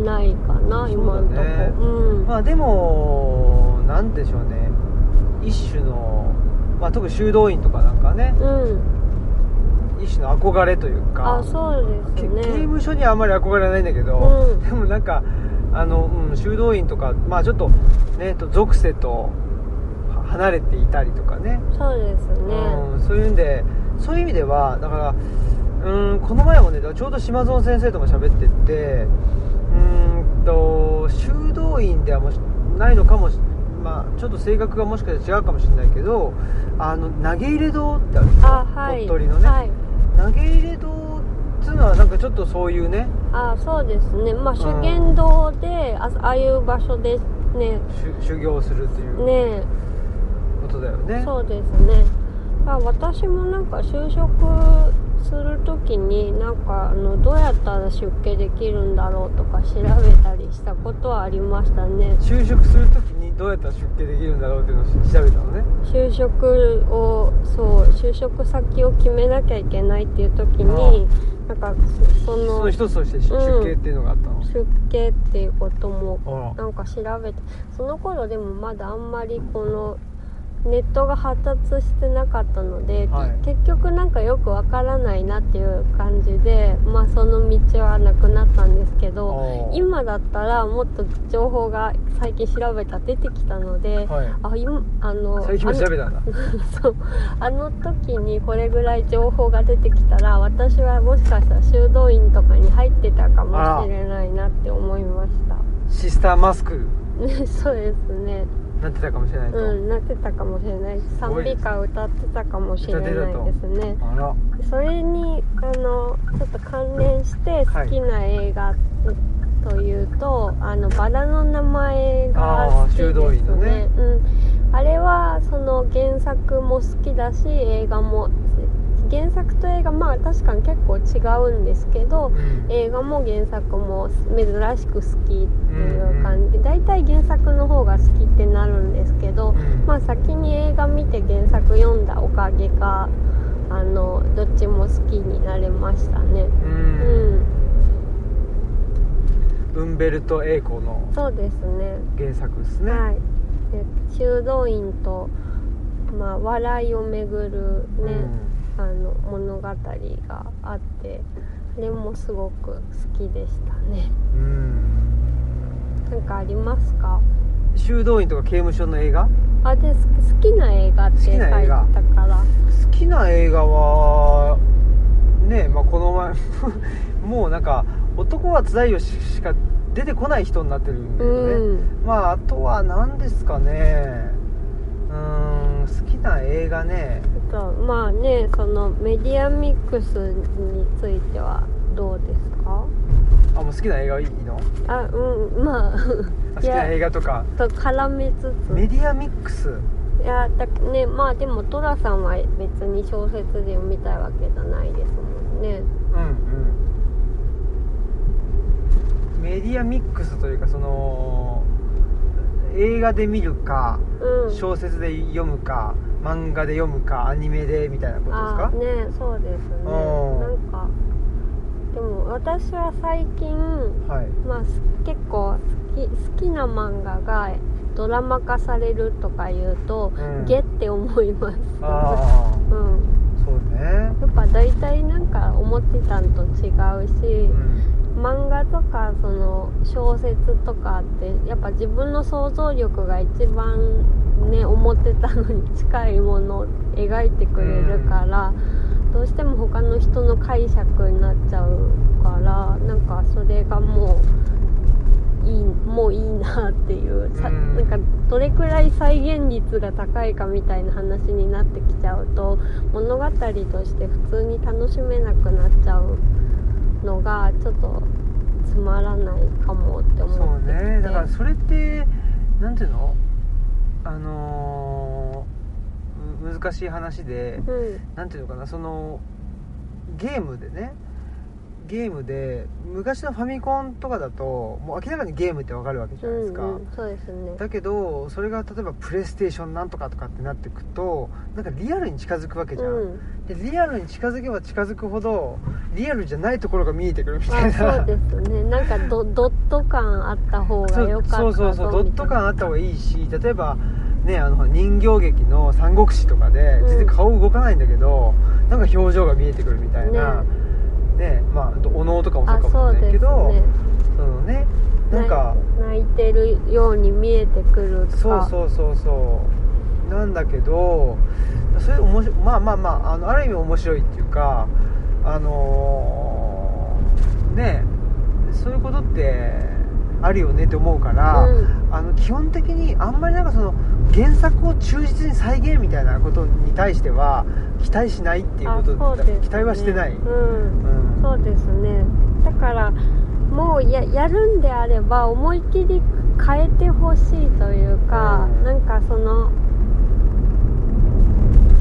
S2: ないかな、今のと
S1: そ
S2: こ
S1: うだね
S2: うん、
S1: まあでも何でしょうね一種の、まあ、特に修道院とかなんかね
S2: うん
S1: 一種の憧れという
S2: あ
S1: か、
S2: そうで
S1: け
S2: すね
S1: 刑務所にはあまり憧れはないんだけど、
S2: うん
S1: でもなんかあの、うん、修道院とかまあちょっとねと属性とは離れていたりとかね
S2: そうですね、
S1: うん、そういうんでそういう意味ではだからうんこの前もねだからちょうど島園先生とも喋っててうんと修道院ではもしないのかもしまあちょっと性格がもしかしたら違うかもしれないけどあの投げ入れ堂ってあるでしょ
S2: あはい
S1: 鳥取のね、
S2: はい
S1: 投げ入れ堂っつうのはなんかちょっとそういうね
S2: あそうですねまあ
S1: ん
S2: 修験道であああいう場所でね
S1: 修修行するっていう
S2: ね
S1: ことだよね
S2: そうですねまあ私もなんか就職する時になんかあのどうやったら出家できるんだろうとか調べたりしたことはありましたね
S1: 就職するときにどうやったら出家できるんだろうっていうのを調べたのね
S2: 就職をそう就職先を決めなきゃいけないっていう時になんかそそ
S1: その
S2: の
S1: 一つとして出家っていうのがあったの、
S2: 出家っていうことも
S1: あら
S2: なんか調べてその頃でもまだあんまりこのネットが発達してなかったので、
S1: はい
S2: け結局なんかよくわからないなっていう感じでまあその道はなくなったんですけど
S1: あー
S2: 今だったらもっと情報が最近調べたら出てきたので、
S1: はい、
S2: あ今あの
S1: 最近も調べたんだ
S2: そうあの時にこれぐらい情報が出てきたら私はもしかしたら修道院とかに入ってたかもしれないなって思いました。
S1: シスターマスク
S2: ね、 [laughs] そうですね。
S1: なってたかもしれないと、
S2: うん、なってたかもしれないし、賛
S1: ごい
S2: 美
S1: です
S2: 歌を歌ってたかもしれない
S1: 歌
S2: で
S1: って
S2: すね。
S1: あら
S2: それにあのちょっと関連して好きな映画というと、あのバラの名前が好き
S1: あー修道
S2: で
S1: 院
S2: す
S1: の
S2: ね
S1: ね。
S2: うん、あれはその原作も好きだし、映画も原作と映画まあ確かに結構違うんですけど、
S1: うん
S2: 映画も原作も珍しく好きっていう感じ、だいたい原作の方が好きってなるんですけど、
S1: うん
S2: まあ先に映画見て原作読んだおかげかあのどっちも好きになれました
S1: う
S2: ねうんん
S1: ウンベルト・エーコの
S2: そうですね
S1: 原作ですね、
S2: はいで修道院と、まあ、笑いをめぐる
S1: う
S2: ね、
S1: ん
S2: あの物語があってあれもすごく好きでしたね
S1: うん
S2: なんかありますか
S1: 修道院とか刑務所の映画
S2: あで好き好きな映画って書いてた
S1: 好きな映画
S2: から
S1: 好きな映画はねえ、まあ、この前もうなんか男はつらいよししか出てこない人になってるんだ
S2: う
S1: よね、
S2: ん
S1: まああとは何ですかねうーん好きな映画ね
S2: あとまあねそのメディアミックスについてはどうですか
S1: あもう好きな映画いいの
S2: あうんま
S1: あ
S2: あ
S1: 好
S2: [laughs]
S1: きな映画とか
S2: と絡めつ
S1: メ
S2: つ
S1: ディアミックス
S2: いやだねまあでも寅さんは別に小説で読みたいわけじゃないですもんね
S1: うんうんメディアミックスというかその映画で見るか
S2: うん
S1: 小説で読むか漫画で読むかアニメでみたいなことですか
S2: あねそうですね
S1: うん
S2: なんかでも私は最近
S1: はい
S2: まあす結構好き好きな漫画がドラマ化されるとか言うと、
S1: うん
S2: ゲって思います
S1: ああ
S2: うん
S1: そうね
S2: やっぱ大体なんか思ってたんと違うし
S1: う、ん
S2: 漫画とかその小説とかってやっぱ自分の想像力が一番ね思ってたのに近いものを描いてくれるから、どうしても他の人の解釈になっちゃうからなんかそれがもういいもういいなっていう、さ
S1: うん
S2: なんかどれくらい再現率が高いかみたいな話になってきちゃうと物語として普通に楽しめなくなっちゃうのがちょっとつまらないかもって
S1: そ
S2: 思
S1: う
S2: ってきて
S1: ねだからそれってなんていうのあのーむ難しい話で
S2: うん
S1: なんていうのかなそのゲームでねゲームで昔のファミコンとかだともう明らかにゲームってわかるわけじゃないですか、
S2: うんうん、そうですね
S1: だけどそれが例えばプレイステーションなんとかとかってなってくとなんかリアルに近づくわけじゃん、
S2: うん
S1: でリアルに近づけば近づくほどリアルじゃないところが見えてくるみたい
S2: あそう
S1: な
S2: です
S1: [laughs]
S2: ねなんかドドット感あった方が良かった
S1: そうそうそうドット感
S2: あ
S1: あった方がいいし例えばねあの人形劇の「三国志」とかで
S2: うん
S1: 全然顔動かないんだけど、なんか表情が見えてくるみたいな、ねまああとお能とかもそう
S2: あ
S1: か
S2: そ
S1: もし
S2: う
S1: れな
S2: で
S1: い
S2: す
S1: けど
S2: ね
S1: そのねなんか
S2: 泣いてるように見えてくるか
S1: そうそうそうそうなんだけどそれ面白いまあまあまああのある意味面白いっていうかあのーねそういうことってあるよねって思うから、
S2: うん
S1: あの基本的にあんまりなんかその原作を忠実に再現みたいなことに対しては期待しないっていう
S2: あ
S1: こと
S2: そうですね
S1: 期待はしてない、うん
S2: うんそうですねだからもうややるんであれば思い切り変えてほしいというか、
S1: うん
S2: なんかその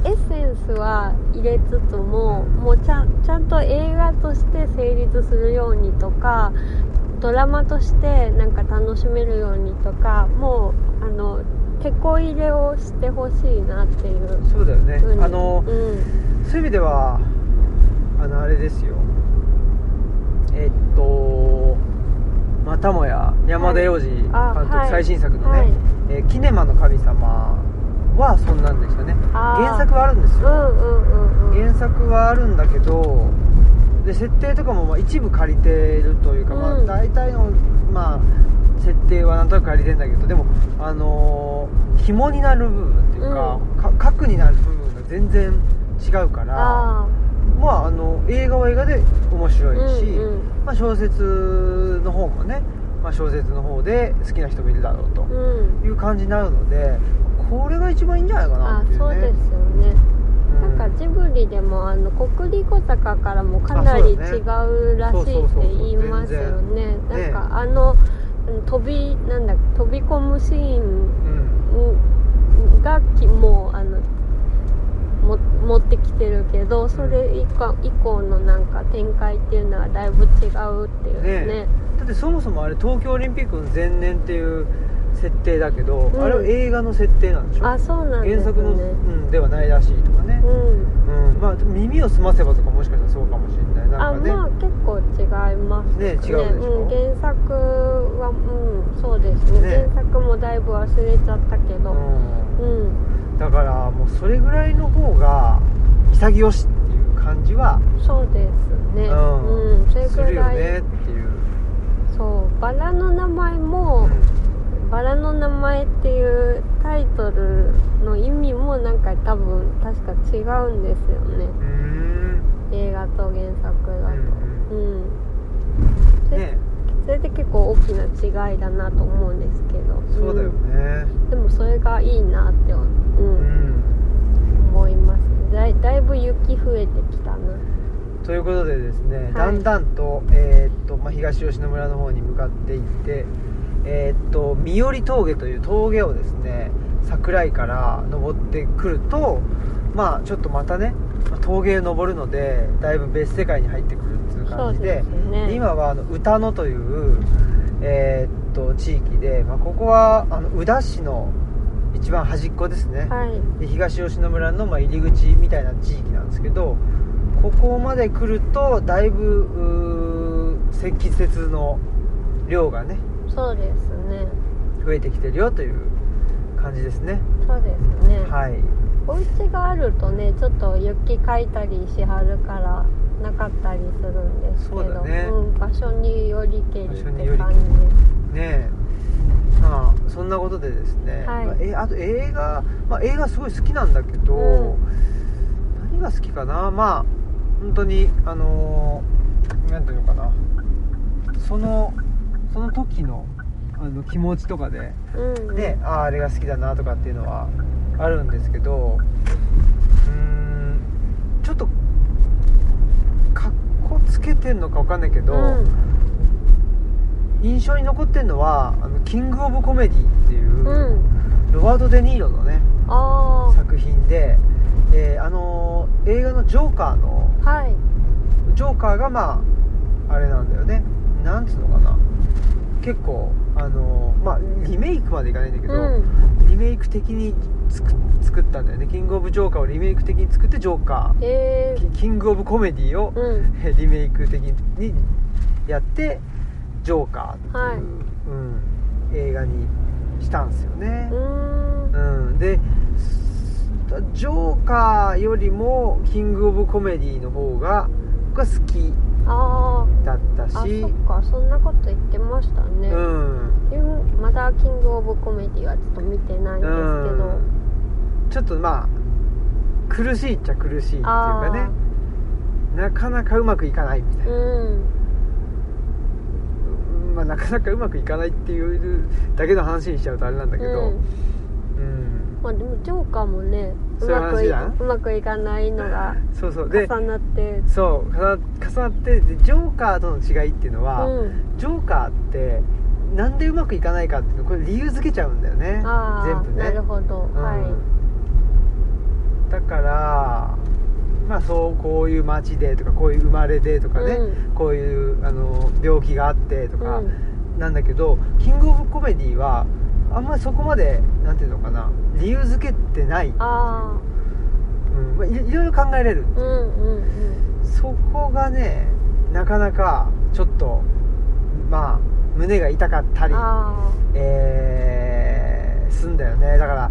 S2: エッセンスは入れつつももうちゃんちゃんと映画として成立するようにとかドラマとしてなんか楽しめるようにとかもうあの手こ入れをしてほしいなっていう
S1: そうだよね、
S2: ふうに
S1: あの
S2: うん
S1: そういう意味ではあのあれですよえっとまたもや山田洋次監督、
S2: あはい
S1: 最新作のね、
S2: はい
S1: えーキネマの神様」はそんなんでしたね
S2: あー
S1: 原作はあるんです
S2: う
S1: よ、
S2: んうんうんうん
S1: 原作はあるんだけどで設定とかもまあ一部借りてるというか、ま
S2: う
S1: あ、
S2: ん
S1: 大体の、まあ、設定はなんとなく借りてんだけどでもあのー紐になる部分っていうか,、か核になる部分が全然違うから
S2: あ
S1: まあ、あの映画は映画で面白
S2: あ
S1: いし、
S2: うんうん
S1: まあ、小説の方もね、まあ、小説の方で好きな人もいるだろうと
S2: うん、
S1: いう感じになるのでこれが一番いいんじゃないかな
S2: あ
S1: っていうね
S2: そうですよね、
S1: うん
S2: なんかジブリでもあの国立小坂からもかなり違
S1: あそう
S2: うらしいって言います
S1: そうそうそうそ
S2: よね
S1: う全然
S2: なんかあのうん飛びなんだ飛び込むシー
S1: う
S2: ン
S1: ん
S2: うんがきもうあのも持ってきてるけどそれ以降以降のなんか展開っていうのはだいぶ違うっていうね
S1: ねだってそもそもあれ東京オリンピックの前年っていう設定だけど、
S2: うん
S1: あれは映画の設定なんでしょ
S2: あそうなんです
S1: 原作
S2: ね
S1: の、うん、ではないらしいとかね、
S2: うん
S1: うんまあ、耳を澄ませばとかもしかしたらそうかもしれない
S2: あ
S1: なんかね、
S2: まあ結構違います
S1: ね違うでしょ
S2: うん、原作はうんそうですね
S1: ね
S2: 原作もだいぶ忘れちゃったけ
S1: う
S2: ど
S1: ん
S2: うん、
S1: だからもうそれぐらいの方が潔しっていう感じは
S2: そうですね
S1: うん
S2: うん、それ
S1: す
S2: ぐ
S1: るよ
S2: らい、
S1: ねっていう、
S2: そうバラの名前
S1: う
S2: も
S1: ん、
S2: 「バラの名前」っていうタイトルの意味もなんか多分確か違うんですよね
S1: うーん
S2: 映画と原作
S1: う
S2: だと
S1: ん
S2: うん
S1: うん
S2: それ,、
S1: ね
S2: それって結構大きな違いだなと思うんですけど
S1: そうだよね
S2: でもそれがいいなって、うん
S1: うん
S2: 思いますだいだいぶ雪増えてきたな
S1: とということでですね、
S2: い
S1: だんだんと,、えーっとまあ、東吉野村の方に向かっていって、えーっと三寄峠という峠をですね桜井から登ってくると、まあ、ちょっとまたねまあ峠へ登るのでだいぶ別世界に入ってくるっていう
S2: そ
S1: 感
S2: う
S1: じ
S2: で
S1: です
S2: よね
S1: 今はあの歌野という、えーっと地域で、まあ、ここはあの宇陀市の一番端っこですね、
S2: はい
S1: で東吉野村のまあ入り口みたいな地域なんですけどここまで来るとだいぶうー積雪の量がね
S2: そうですね
S1: 増えてきてるよという感じですね
S2: そうですね、
S1: はい
S2: お家があるとねちょっと雪かいたりしはるからなかったりするんですけ
S1: そうだ
S2: ど
S1: ね
S2: ん、場所によりけりって
S1: 場所によりけ
S2: 感
S1: り
S2: じ
S1: ねえまあそんなことでですね、
S2: はい
S1: まあえあと映画、まあ、映画すごい好きなんだけど、
S2: う
S1: 何が好きかなまあ本当にあのーなんていうのかなそのその時のあの気持ちとかで
S2: うん
S1: であああれが好きだなとかっていうのはあるんですけどうーんちょっとかっこつけてんのかわかんないけど、
S2: うん
S1: 印象に残ってんのはあのキング・オブ・コメディっていう、
S2: うん
S1: ロバート・デ・ニーロのね
S2: あ
S1: 作品で、えーあのー映画の「ジョーカーの」
S2: あはい
S1: ジョーカーがまああれなんだよねなんつうのかな結構あのーまあリメイクまでいかないんだけど、
S2: うん
S1: リメイク的に作作ったんだよねキングオブジョーカーをリメイク的に作ってジョーカ
S2: え
S1: ーキキングオブコメディを
S2: ー、うん
S1: え [laughs] リメイク的にやってジョーカーっていう、
S2: はい
S1: うん、映画にしたんですよね
S2: う、ーん
S1: うん、ですジョーカーよりもキングオブコメディの方が僕は好き
S2: あ
S1: だった
S2: ーあ
S1: し
S2: そっかそんなこと言ってましたね、
S1: うん
S2: うんまだキングオブコメディはちょっと見てないんですけど、
S1: うんちょっとまあ苦しいっちゃ苦しいっていうかねなかなかうまくいかないみたいな、
S2: うん
S1: うんまあ、なかなかうまくいかないっていうだけの話にしちゃうとあれなんだけど、
S2: うん
S1: うん
S2: まあでもジョーカーもねう
S1: そういう
S2: まく
S1: 話
S2: い
S1: じゃん
S2: うまくいかないのが
S1: そうそう
S2: 重
S1: で
S2: なって
S1: そう重な重なってでジョーカーとの違いっていうの
S2: う
S1: は、
S2: ん
S1: ジョーカーってなんでうまくいかないかっていうのこれ理由付けちゃうんだよね
S2: あ
S1: 全
S2: あ、
S1: 部ね
S2: なるほど、は
S1: うんだからまあそうこういう街でとかこういう生まれでとかね、
S2: う
S1: こういうあの病気があってと
S2: い、
S1: か
S2: うん
S1: なんだけど、キングオブコメディはあんまりそこまでなんていうのかな理由付けてない、うん
S2: あ
S1: まあ、いいろいろ考えれる
S2: あうんうん
S1: そこがねなかなかちょっとまあ胸が痛かった
S2: うん
S1: り
S2: あ
S1: えーすんだよねだから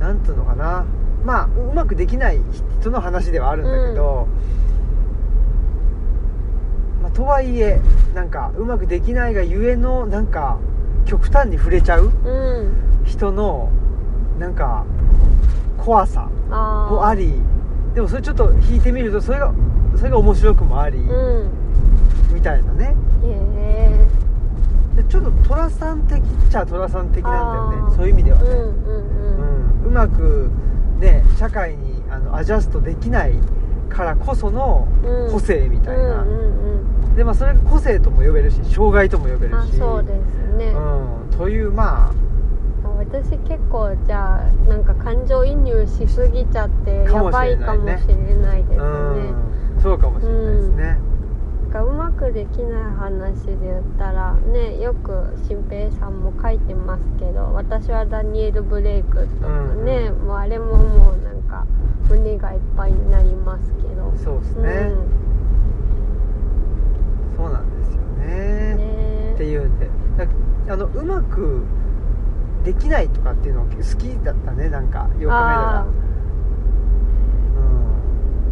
S1: なんていうのかなまあうまくできない人の話ではあるんだけど、まあ、とはいえなんかうまくできないがゆえのなんか極端に触れちゃう
S2: あうん
S1: 人のなんか怖さ
S2: あ
S1: もあ
S2: り
S1: りでもそれちょっと引いてみるとそれがそれが面白くもあり、
S2: うん
S1: みたいなね
S2: へえ
S1: でちょっと寅さん的っちゃ寅さん的なんだよ
S2: あー
S1: ねそういう意味では
S2: う
S1: ね、
S2: んうんうん
S1: うんうまくね社会にあのアジャストできないからこその
S2: うん
S1: 個性みたいな、
S2: うんうん
S1: でまあそれが個性とも呼べるし障害とも呼べ
S2: うんあ
S1: るし
S2: そうですね、
S1: うん、というまあ
S2: あ私結構じゃあなんか感情移入しすぎちゃって
S1: か
S2: や
S1: もし
S2: ば
S1: れ
S2: い
S1: な
S2: か
S1: いね
S2: もしれないですね、
S1: うん、そうかもしれないですね、
S2: なんかうまくできない話で言ったらねよく新平さんも書いてますけど私はダニエル・ブレイクとかね、
S1: う
S2: もうあれももうなんか胸がいっぱいになりますけど
S1: そうですね、そうなんですよ
S2: う
S1: ね
S2: んね
S1: っていうんでだあのうまくできないとかっていうの好きだったねなんかよく考えたら
S2: あ、
S1: う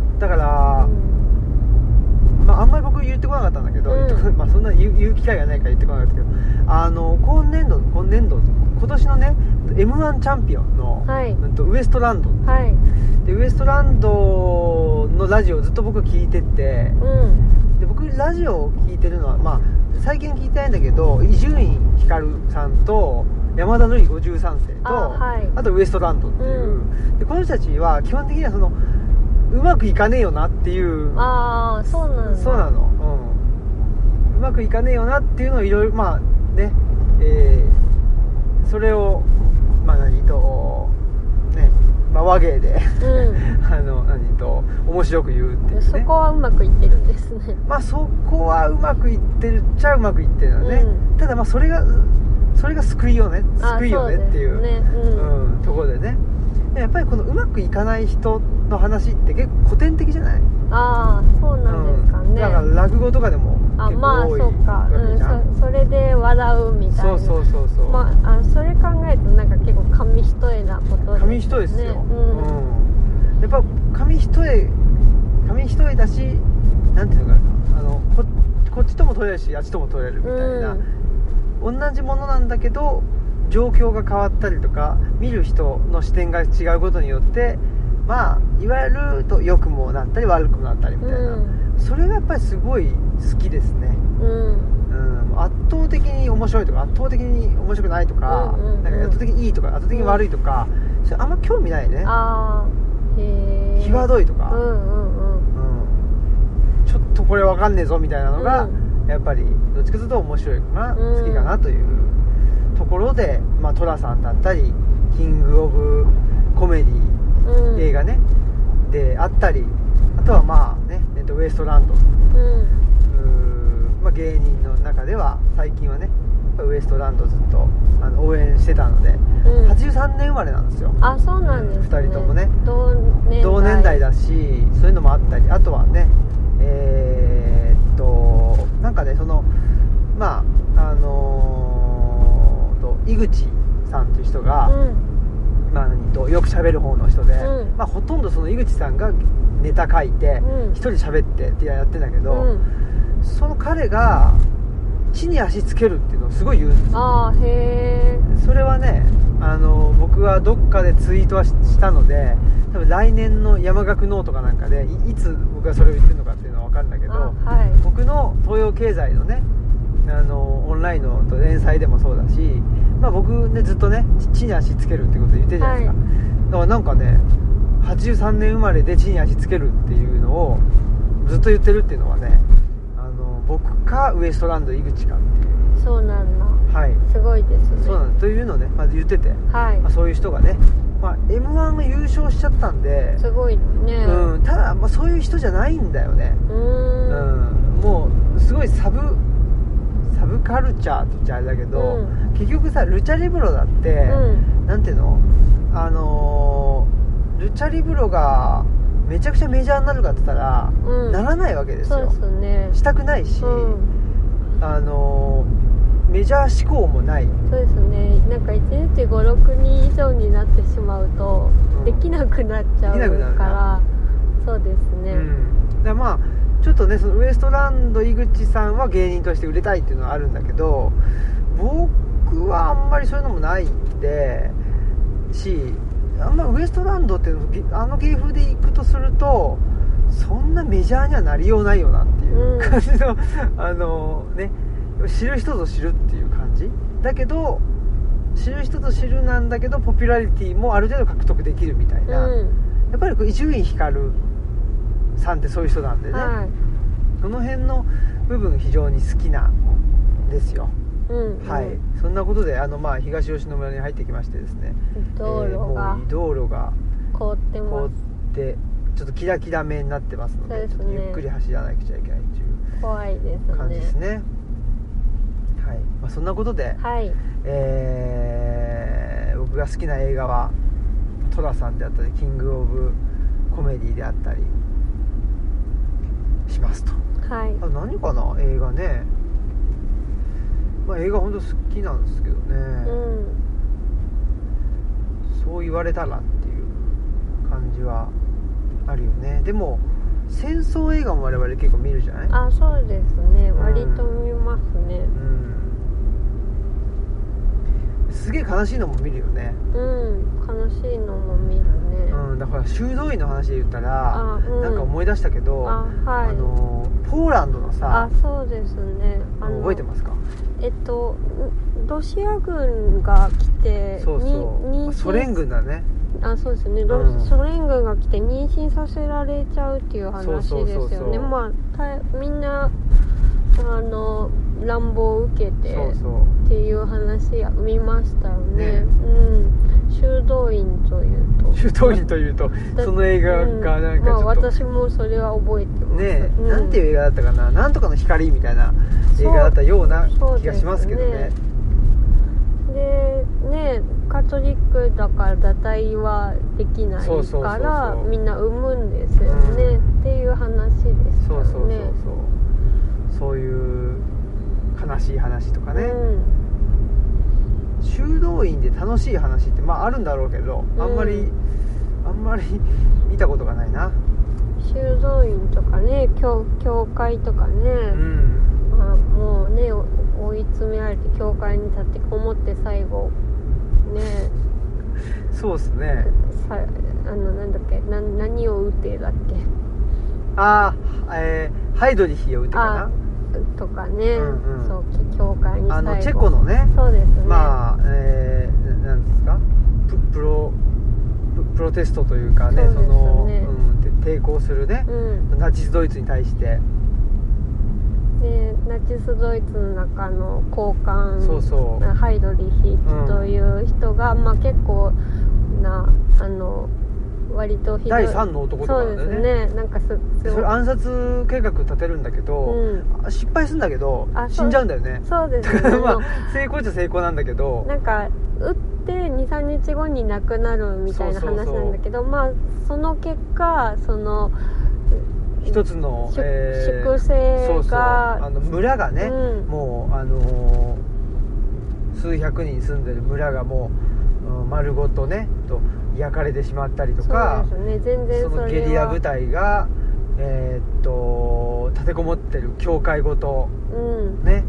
S1: ん、だから、
S2: ーうん
S1: まあ、あんまり僕言ってこなかったんだけど、
S2: う
S1: 言
S2: ん
S1: ってこなまあ、そんな言う言う機会がないから言ってこなかったけどあの今年度今年度今年のね m 1チャンピオンの、
S2: はい
S1: うんとウエストランド
S2: はい
S1: でウエストランドのラジオをずっと僕聞いてて
S2: うん
S1: で僕ラジオを聞いてるのは、まあ、最近聞いてないんだけど伊集院光さんと山田るい53世と
S2: あはい
S1: あとウエストランドっていう、でこの人たちは基本的にはそのうまくいかねえよなっていう
S2: ああそうなんだ
S1: そうなの、うん、うまくいかねえよなっていうのをいろいろまあねえーそれをまあ何とねまあ和芸で [laughs] あの何と面白く言うっていううんね
S2: そこはうまくいってるんですね
S1: まあそこはうまくいってるっちゃうまくいってるよね、
S2: う
S1: ただまあそれがそれが救いよね
S2: あ
S1: 救いよねっていう
S2: そうですねうん、
S1: うん、ところでねやっぱりこのうまくいかない人の話って結構古典的じゃない
S2: ああそうなんですか
S1: うん、
S2: ね、
S1: だから落語とかでも
S2: あ
S1: 結
S2: まあ
S1: 構多い
S2: そうか、
S1: わ
S2: う
S1: け
S2: ん、
S1: じゃん、
S2: そそれで笑うみたいな
S1: そうそうそうそう、
S2: まあ、あそれ考えるとなんか結構紙一重なこと
S1: 紙一重ですよ、
S2: うん
S1: うんやっぱ紙一重紙一重だしなんていうのかなあのここっちとも取れるしあっちとも取れるみたいな、同じものなんだけど状況が変わったりとか見る人の視点が違うことによってまあいわゆると良くもなったり悪くもなったりみ
S2: う
S1: たいな、
S2: ん
S1: それがやっぱりすごい好きですね
S2: うん
S1: うん、圧倒的に面白いとか圧倒的に面白くないとか,、
S2: うんうんうん
S1: なんか圧倒的にいいとか圧倒的に悪いとか、それあんま興味ないね
S2: ああへえ
S1: 際どいと
S2: う
S1: か、
S2: んうんうん
S1: うんちょっとこれわかんねえぞみたいなのが、
S2: うん
S1: やっぱりどっちかというと面白いかな、
S2: うん
S1: 好きかなというところで、まあ、トラさんだったりキング・オブ・コメディ
S2: うん、
S1: 映画ね、であったりあとはまあね、えっと、ウエストランド
S2: うん
S1: うーまあ、芸人の中では最近はねやっぱウエストランドずっとあの応援してたので、
S2: うん
S1: 83年生まれなんですよ
S2: あそうなんです、
S1: う
S2: ね、
S1: ん二人ともね
S2: 同年代
S1: 同年代だしそういうのもあったりあとはねえーっとなんかねそのまああのーと井口さんという人が、
S2: うん
S1: まあ、何とよく喋る方の人で、
S2: うん
S1: まあ、ほとんどその井口さんがネタ書いて
S2: うん
S1: 一人喋ってってやってんだけど、
S2: うん、
S1: その彼が地に足つけるっていうのをすごい言うんです
S2: ああへえ
S1: それはねあの僕はどっかでツイートはししたので多分来年の山岳ノートかなんかでいいつ僕がそれを言ってるのかっていうのは分かるんだけ
S2: あ
S1: ど
S2: はい
S1: 僕の東洋経済のねあのオンラインの連載でもそうだし、まあ、僕ねずっとね地に足つけるってこと言ってるじゃないですか、
S2: は
S1: だからなんかね83年生まれで地に足つけるっていうのをずっと言ってるっていうのはねあの僕かウエストランド井口かっていう
S2: そうなんだ
S1: はい
S2: すごいですね
S1: そうなんですというのをね、まず言ってて、
S2: はい
S1: まあ、そういう人がね、まあ、m 1が優勝しちゃったんです
S2: ごいね
S1: うん、ただ、まあ、そういう人じゃないんだよね、
S2: うー
S1: うんもうすごいサブサブカルチャーって言っちゃあれだけど、
S2: うん
S1: 結局さルチャリブロだって、
S2: うん
S1: なんていうのあのールチャリブロがめちゃくちゃメジャーになるかって言ったら、
S2: うん
S1: ならないわけです
S2: そう
S1: よ
S2: ですね
S1: したくないし、
S2: うん
S1: あのーメジャー志向もない
S2: そうですねなんか1日56人以上になってしまうと
S1: うん
S2: できなくなっちゃ
S1: できなくな
S2: う
S1: る
S2: からそうですね
S1: うん、でまあちょっとねそのウエストランド井口さんは芸人として売れたいっていうのはあるんだけど僕はあんまりそういうのもないんでしあんまウエストランドっていうのもげあの芸風で行くとするとそんなメジャーにはなりようないよなっていう
S2: うん
S1: 感じの、 [laughs] あのね知る人ぞ知るっていう感じだけど知る人ぞ知るなんだけどポピュラリティもある程度獲得できるみたいうな、
S2: ん
S1: やっぱりこう伊集院光さんってそういう人なんでね、
S2: はい
S1: その辺の部分非常に好きなんですよ、
S2: うん
S1: はい
S2: うん
S1: そんなことであの、まあ、東吉野村に入ってきましてですね
S2: 道
S1: えー
S2: 路が
S1: もう道路が
S2: 凍って
S1: 凍
S2: ま
S1: っ
S2: す
S1: てちょっとキラキラ目になってますので
S2: そうです
S1: ちょ
S2: ね
S1: っとゆっくり走らなくちゃいけないと
S2: 怖いで
S1: いう
S2: す
S1: 感じです
S2: ね
S1: ねはい、まあ、そんなことで、
S2: はい
S1: えー僕が好きな映画はトラさんであったりキング・オブ・コメディであったりしますと
S2: はい
S1: あ何かな映画ねまあ映画ほんと好きなんですけどね、
S2: うん
S1: そう言われたらっていう感じはあるよねでも戦争映画も我々結構見るじゃない
S2: あそうですね
S1: うん
S2: 割と見ますね
S1: うんすげえ悲しいのも見るよね、
S2: うん悲しいのも見るね
S1: うん、だから修道院の話で言ったら、
S2: あうん
S1: なんか思い出したけ
S2: あ
S1: ど
S2: はい
S1: あのポーランドの
S2: あ
S1: さ
S2: そうですねあの
S1: 覚えてますか
S2: えっとんロシア軍が来て
S1: そうそう
S2: に
S1: あソ連軍だね
S2: 妊娠あそうですね、ロ
S1: うん
S2: ソ連軍が来て妊娠させられちゃうっていう話です
S1: そ
S2: よ
S1: う
S2: ね
S1: そうそうそう
S2: まあたみんなあの乱暴を受けて
S1: そう
S2: っ
S1: そう
S2: ていう話見ましたよね
S1: ね
S2: うん修道院というと
S1: 修道院というと
S2: だ
S1: その映画がなんかちょっと
S2: うんまあ、私もそれは覚えてます
S1: ね
S2: うん
S1: なんていう映画だったかななんとかの光みたいな映画だったような気がしますけど
S2: そう
S1: ね
S2: ですでねカトリックだから堕胎はできない
S1: そうそうそう
S2: か
S1: そ
S2: ら
S1: う
S2: みんな産むんですよね、
S1: うん
S2: っていう話でした
S1: そ
S2: よ
S1: うそうそうそう、
S2: ね
S1: そういう悲しい話とかね、
S2: うん
S1: 修道院で楽しい話ってまああるんだろうけどあんまり、
S2: うん
S1: あんまり [laughs] 見たことがないな
S2: 修道院とかね教教会とかね、
S1: うん
S2: まあ、もうねお追い詰められて教会に立ってこもって最後ね
S1: そうっすね
S2: さあのなんだっけな何を打てだっけ
S1: ああえーハイドリヒを打ってか
S2: とかね、
S1: うんうん
S2: そう教会に
S1: なあ
S2: 最後
S1: のチェコのね
S2: そうですね
S1: まあえーななんですかププロププロテストというかね
S2: そうです
S1: の、
S2: ね
S1: うん、て抵抗するね
S2: う、ん
S1: ナチスドイツに対して
S2: でナチスドイツの中の高官
S1: そうそう
S2: ハイドリヒという人が、まあ、結構なあの割とひどい
S1: 第3の男とかな
S2: そうんで
S1: だ
S2: す
S1: よね
S2: ねなんかすす
S1: そ
S2: ご
S1: れ
S2: い
S1: 暗殺計画立てるんだけど、
S2: うん、
S1: あ失敗するんだけど
S2: あそう
S1: 死んじゃうんだよね
S2: そうで
S1: だ
S2: すね
S1: から [laughs] ま
S2: あの
S1: あ成功っちゃ成功なんだけど
S2: なんか打って23日後に亡くなるみたいな
S1: そうそう
S2: 話
S1: そう
S2: なんだけどまあその結果その
S1: 一つの、
S2: 粛
S1: えー
S2: 粛清
S1: そうそうあ
S2: が
S1: の村がね、
S2: うん
S1: もうあのー数百人住んでる村がもう、うん丸ごとねと焼かれてしまったりとか
S2: そうですね全然それ
S1: の
S2: は
S1: ゲリラ部隊がえーっと立てこもってる教会ごと
S2: うん
S1: ね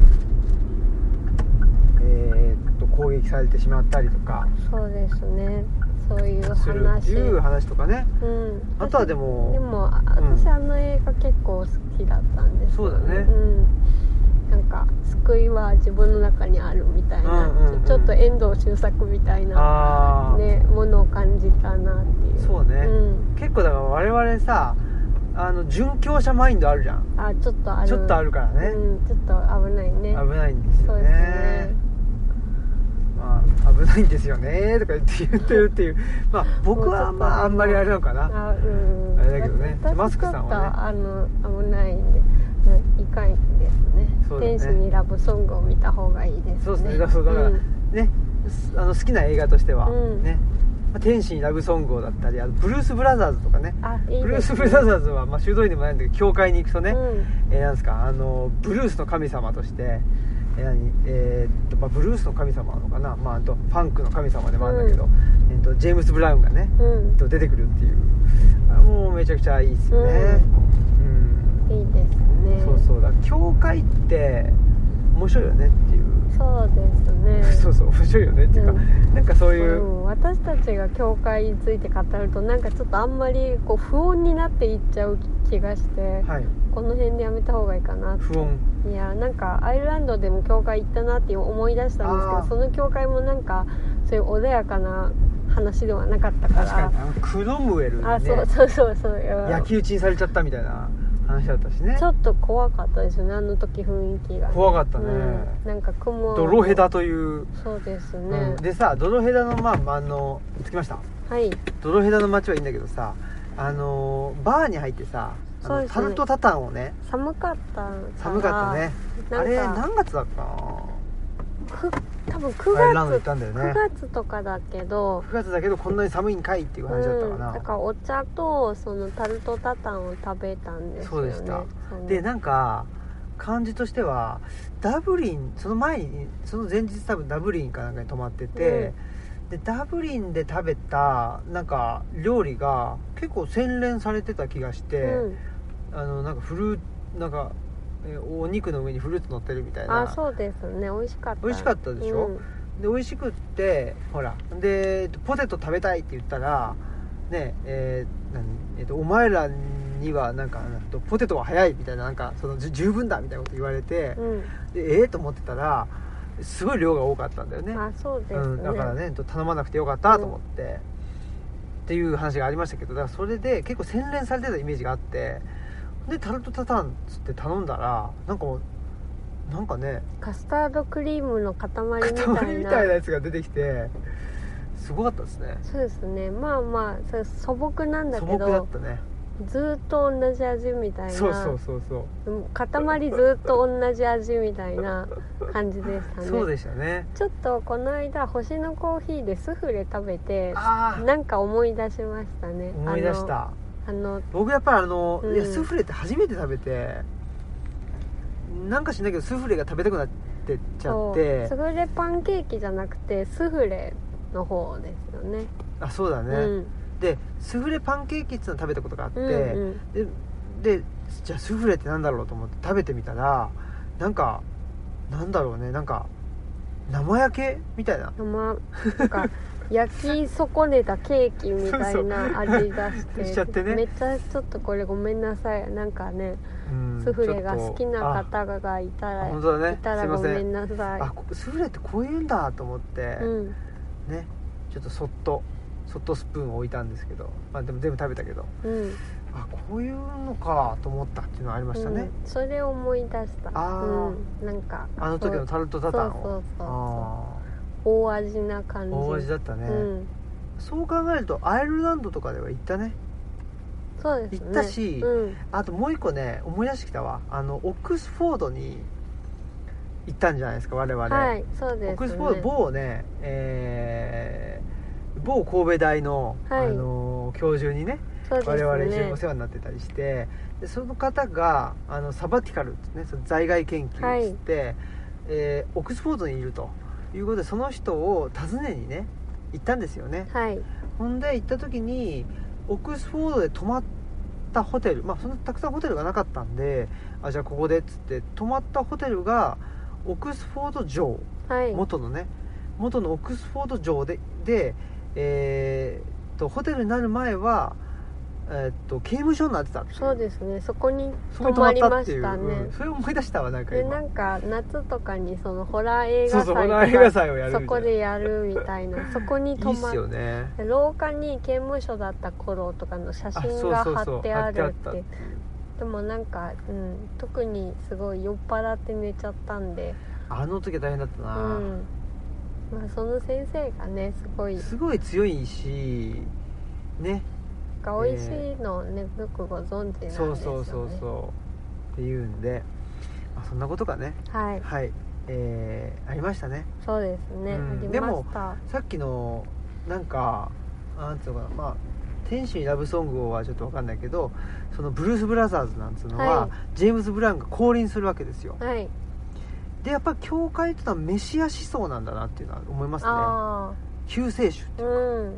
S1: えーっと攻撃されてしまったりとか
S2: そうですねそういう
S1: するって
S2: 話
S1: いう話とかね
S2: うん、
S1: あとはでも
S2: でもあ
S1: うん
S2: 私あの映画結構好きだったんですよ
S1: そうだね
S2: うん、なんか救いは自分の中にあるみたいな、
S1: うんうんうん
S2: ちょちょっと遠藤周作みたいな、
S1: ああ、
S2: ね、ものを感じたなっていう
S1: そうね、
S2: うん、
S1: 結構だから我々さあの殉教者マインドあるじゃん
S2: あちょっとある
S1: ちょっとあ
S2: る
S1: るからね、
S2: うん、ちょっと危ないね
S1: 危ないんです
S2: そ
S1: よ
S2: う
S1: ね
S2: ですね
S1: まあ、危ないんですよねとか言って言ってるっていうまあ僕はまああんまりあれなのかな
S2: あうん
S1: あれだけどね
S2: 私
S1: マスクさんは
S2: ちょっとあの危ないんで、うん、いかんですね
S1: そうだね
S2: 天使にラブソングを見た方がいいですね
S1: そうですねだそうだから
S2: うん
S1: ねすあの好きな映画としては、
S2: うん
S1: ねまあ天使にラブソングをだったりあのブルース・ブラザーズとかね
S2: あいい
S1: ブルー
S2: です
S1: ス・
S2: ね
S1: ブラザーズは、まあ、修道院でもないんだけど教会に行くとね、
S2: うん
S1: えーなんですかあのブルースの神様として、えー何えーっとまあ、ブルースの神様なのかな、まあ、あとファンクの神様でもあるんだけど、
S2: う
S1: えーっとジェームス・ブラウンがね、
S2: うん
S1: えっと出てくるっていうあもうめちゃくちゃいいですよね、うん
S2: いいですね
S1: そうそうだ教会って面白いよねっていう、
S2: そうですね
S1: [laughs] そうそう面白いよねっていうか、
S2: う
S1: なんかそういう、
S2: うん私たちが教会について語るとなんかちょっとあんまりこう不穏になっていっちゃう気がして、
S1: はい
S2: この辺でやめた方がいいかな
S1: 不穏
S2: いやなんかアイルランドでも教会行ったなって思い出したんですけ
S1: あー
S2: どその教会もなんかそういう穏やかな話ではなかったから
S1: 確かにあのクロムウェルに
S2: あそう
S1: ね
S2: そうそうそういや
S1: 焼き討ちにされちゃったみたいな話だったしね
S2: ちょっと怖かったですよねあの時雰囲気が、
S1: 怖かったね、
S2: うん、なんか雲
S1: ドロヘダという
S2: そうですね、
S1: うんでさドロヘダのまあまああの着きました
S2: はい
S1: ドロヘダの街はいいんだけどさあのーバーに入ってさあ
S2: そう
S1: の、
S2: です
S1: タ
S2: ね
S1: ルトタタンをね
S2: 寒かったから
S1: 寒かったねあれ
S2: なんか
S1: 何月だったか
S2: く多分
S1: なアイルランド行
S2: 9
S1: ったんだよ
S2: 月、
S1: ね
S2: 9月とかだけど
S1: 9月だけどこんなに寒いんかいっていう話だったか
S2: うん、だ
S1: な、
S2: からお茶とそのタルトタタンを食べたんです
S1: そ
S2: よね
S1: うでした
S2: そう
S1: でなんか感じとしてはダブリンその前にその前日多分ダブリンかなんかに泊まってて、でダブリンで食べたなんか料理が結構洗練されてた気がして、
S2: うん
S1: あのなんかフルーなんか、えーお肉の上にフルーツ乗ってるみたいな
S2: あそうですね美味しかった
S1: 美味しかったでしょ、で美味しくってほらでえっとポテト食べたいって言ったらねえー何えっとお前らにはなんかなんとポテトは早いみたいななんかそのじゅ十分だみたいなこと言われて
S2: う、ん、うん
S1: でええと思ってたらすごい量が多かったんだよね
S2: あそうですね、
S1: うん、だからねえっと頼まなくてよかったと思って、っていう話がありましたけどだからそれで結構洗練されてたイメージがあってでタルトタタンっつって頼んだらなんかもうなんかね
S2: カスタードクリームの塊みたいな
S1: 塊みたいなやつが出てきてすごかったですね
S2: そうですねまあまあそれ素朴なんだ
S1: 素
S2: け
S1: 朴だった
S2: ど
S1: ね
S2: ずーっと同じ味みたいな
S1: そうそうそうそう
S2: うん塊ずーっと同じ味みたいな感じでしたね
S1: そうでしたね
S2: ちょっとこの間星のコーヒーでスフレ食べて
S1: あ
S2: なんか思い出しましたね
S1: あ思い出した
S2: あのあの
S1: 僕やっぱあの、
S2: うん
S1: いやスフレって初めて食べてなんかしないけどスフレが食べたくなってっちゃ
S2: そ
S1: っ
S2: う
S1: て
S2: スフレパンケーキじゃなくてスフレの方ですよね
S1: あそうだ
S2: う
S1: ね、
S2: ん
S1: でスフレパンケーキっていうのを食べたことがあって、
S2: うんうん
S1: ででじゃあスフレってなんだろうと思って食べてみたらなんかなんだろうねなんか生焼けみたいな
S2: 生なんか焼き損ねたケーキみたいな味出して
S1: しちゃってね
S2: めっちゃちょっとこれごめんなさいなんかね、
S1: うん
S2: スフレが
S1: ちょっと
S2: 好きな方がいた
S1: あ
S2: ら、
S1: あ本当だ
S2: い
S1: ね
S2: た
S1: す
S2: ら
S1: いま
S2: ご
S1: せ
S2: め
S1: ん
S2: んなさ
S1: あこスフレってこういうんだと思って、
S2: い、うん、
S1: ねちょっとそっとそっとスプーンを置いたんですけど、まあ、でも全部食べたけど
S2: うん、
S1: あこういうのかと思ったっていうのはありましたね、
S2: うん、それを思い出した
S1: あー
S2: うん、なんか
S1: あの時のタルトタタンを
S2: そうそうそうそう
S1: あ
S2: 大味な感
S1: ー
S2: じ
S1: 大味だったね、
S2: うん、
S1: そう考えるとアイルランドとかでは行ったね
S2: そうですね
S1: 行ったし
S2: うん、
S1: あともう一個ね思い出してきたわあのオックスフォードに行ったんじゃないですか我々、
S2: はいそうです、
S1: オ
S2: ね、
S1: ックスフォード某ね、えー某神戸大の、
S2: はい
S1: あのー教授にね
S2: そうです、
S1: 我々
S2: ね、
S1: 一緒にお世話になってたりしてでその方があのサバティカルですねその在外研究っつって、えーオックスフォードにいるということでその人を訪ねにね行ったんですよね
S2: はい
S1: ほんで行った時にオックスフォードで泊まったホテルまあそんなたくさんホテルがなかったんであじゃあここでっつって泊まったホテルがオックスフォード城
S2: はい
S1: 元のね元のオックスフォード城でで、えーっとホテルになる前は、えーっと刑務所になってたってい
S2: そうですねそこに
S1: そこ
S2: 泊
S1: に泊まっ
S2: まり
S1: た
S2: ま
S1: ってい
S2: し
S1: う
S2: たね
S1: うんそれ思い出したわなんか
S2: で
S1: 今
S2: なんか夏とかにそのホラー映
S1: そう
S2: 画
S1: そう
S2: 祭
S1: ホラー映
S2: と
S1: 画
S2: か
S1: 祭をやるみた
S2: そ
S1: いな
S2: こでやるみたいなそこに
S1: いい
S2: 泊
S1: っ
S2: ます
S1: よね
S2: 廊下に刑務所だった頃とかの写真
S1: あそう
S2: が
S1: そうそう
S2: 貼ってあ
S1: 貼っ
S2: るって
S1: あった
S2: てでもなんか、うん、特にすごい酔っ払って寝ちゃったんで、
S1: あの時は大変だった
S2: うん
S1: な、
S2: まあ、その先生がねすごい
S1: すごい強いしね
S2: が美味しいのをね、よくご存知なんです
S1: そ
S2: よね
S1: うそうそうそうっていうんで、まあ、そんなことがね
S2: はい
S1: はいえーありましたね
S2: そうですね、
S1: うん
S2: あり
S1: で
S2: ま
S1: も
S2: した
S1: さっきのなんかなんていうのかなまあ天使にラブソングをはちょっとわかんないけどそのブルース・ブラザーズなんつうのは、
S2: はい
S1: ジェームズ・ブラウンが降臨するわけですよ
S2: はい
S1: でやっぱ教会ってのはメシア思想なんだなっていうのは思いますね
S2: あ
S1: 救世主って
S2: あ
S1: いうう、
S2: ん
S1: うん、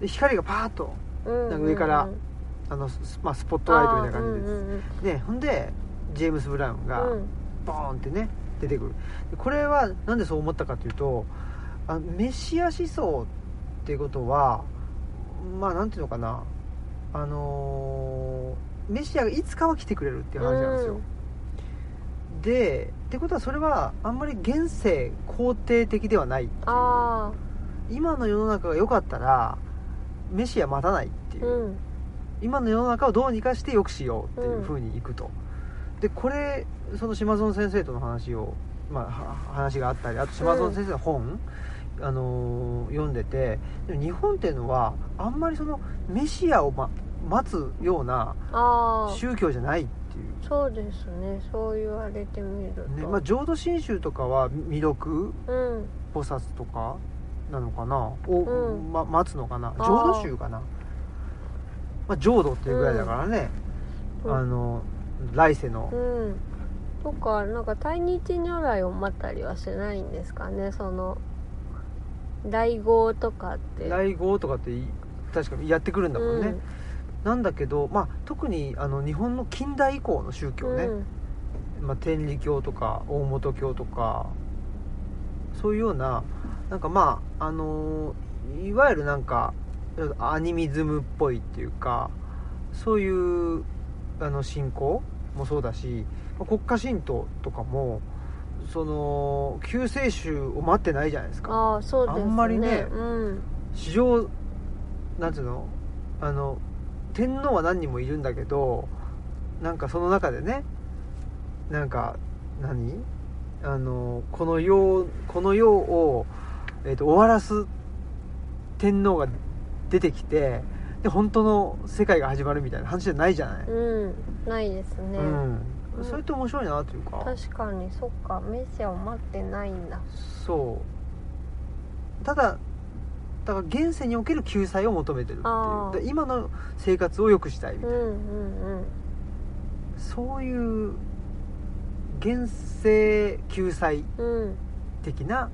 S1: で光がパーッと
S2: うん
S1: なんか上からあのス,、まあ、スポットライトみたいな感じです、
S2: あーうんうん
S1: ねほんでジェームス・ブラウンが
S2: うんうん
S1: ボーンってね出てくるでこれはなんでそう思ったかというとあメシア思想っていうことはまあなんていうのかなあのーメシアがいつかは来てくれるっていう話なんですよ、でってことはそれはあんまり現世肯定的ではないっていう
S2: あ
S1: 今の世の中が良かったらメシア待たないってい
S2: あ
S1: う、
S2: うん
S1: 今の世の中をどうにかして良くしようっていう風にいくと、でこれその島園先生との話を、まあは、話があったりあと島園先生の本、あのー読んでてでも日本っていうのはあんまりそのメシアを、ま、待つような
S2: ああ
S1: 宗教じゃないっていう
S2: そうですねそう言われてみると、
S1: ねまあ、浄土真宗とかは弥勒
S2: うん
S1: 菩薩とかなのかなを、
S2: うん
S1: ま、待つのかな
S2: あー
S1: 浄土宗かなまあ、浄土っていうぐらいだからね、
S2: うん
S1: あの来世の
S2: うんとかなんか対日如来を待ったりはしないんですかねその来号とかって
S1: 来号とかってい確かにやってくるんだもんね、
S2: うん
S1: なんだけど、まあ、特にあの日本の近代以降の宗教ね、
S2: うん
S1: まあ、天理教とか大本教とかそういうようななんかまああのーいわゆるなんかアニミズムっぽいっていうかそういうあの信仰もそうだしまあ国家神道とかもその救世主を待ってないじゃないですか
S2: ああそうですね
S1: あんまりね
S2: うん
S1: 史上なんていうのあの天皇は何人もいるんだけどなんかその中でねなんか何あのこの世この世を、えー、と終わらす天皇が出てきてで本当の世界が始まるみたいな話じゃないじゃない、
S2: うんないですね、
S1: うん、それって面白いなというか
S2: 確かにそっかメシアを待ってないんだ
S1: そうただだから現世における救済を求めてるって
S2: あ
S1: い
S2: ー
S1: うで今の生活を良くしたいみ
S2: う
S1: たい
S2: ん
S1: な、
S2: うんうん
S1: そういう現世救済
S2: うん
S1: 的な、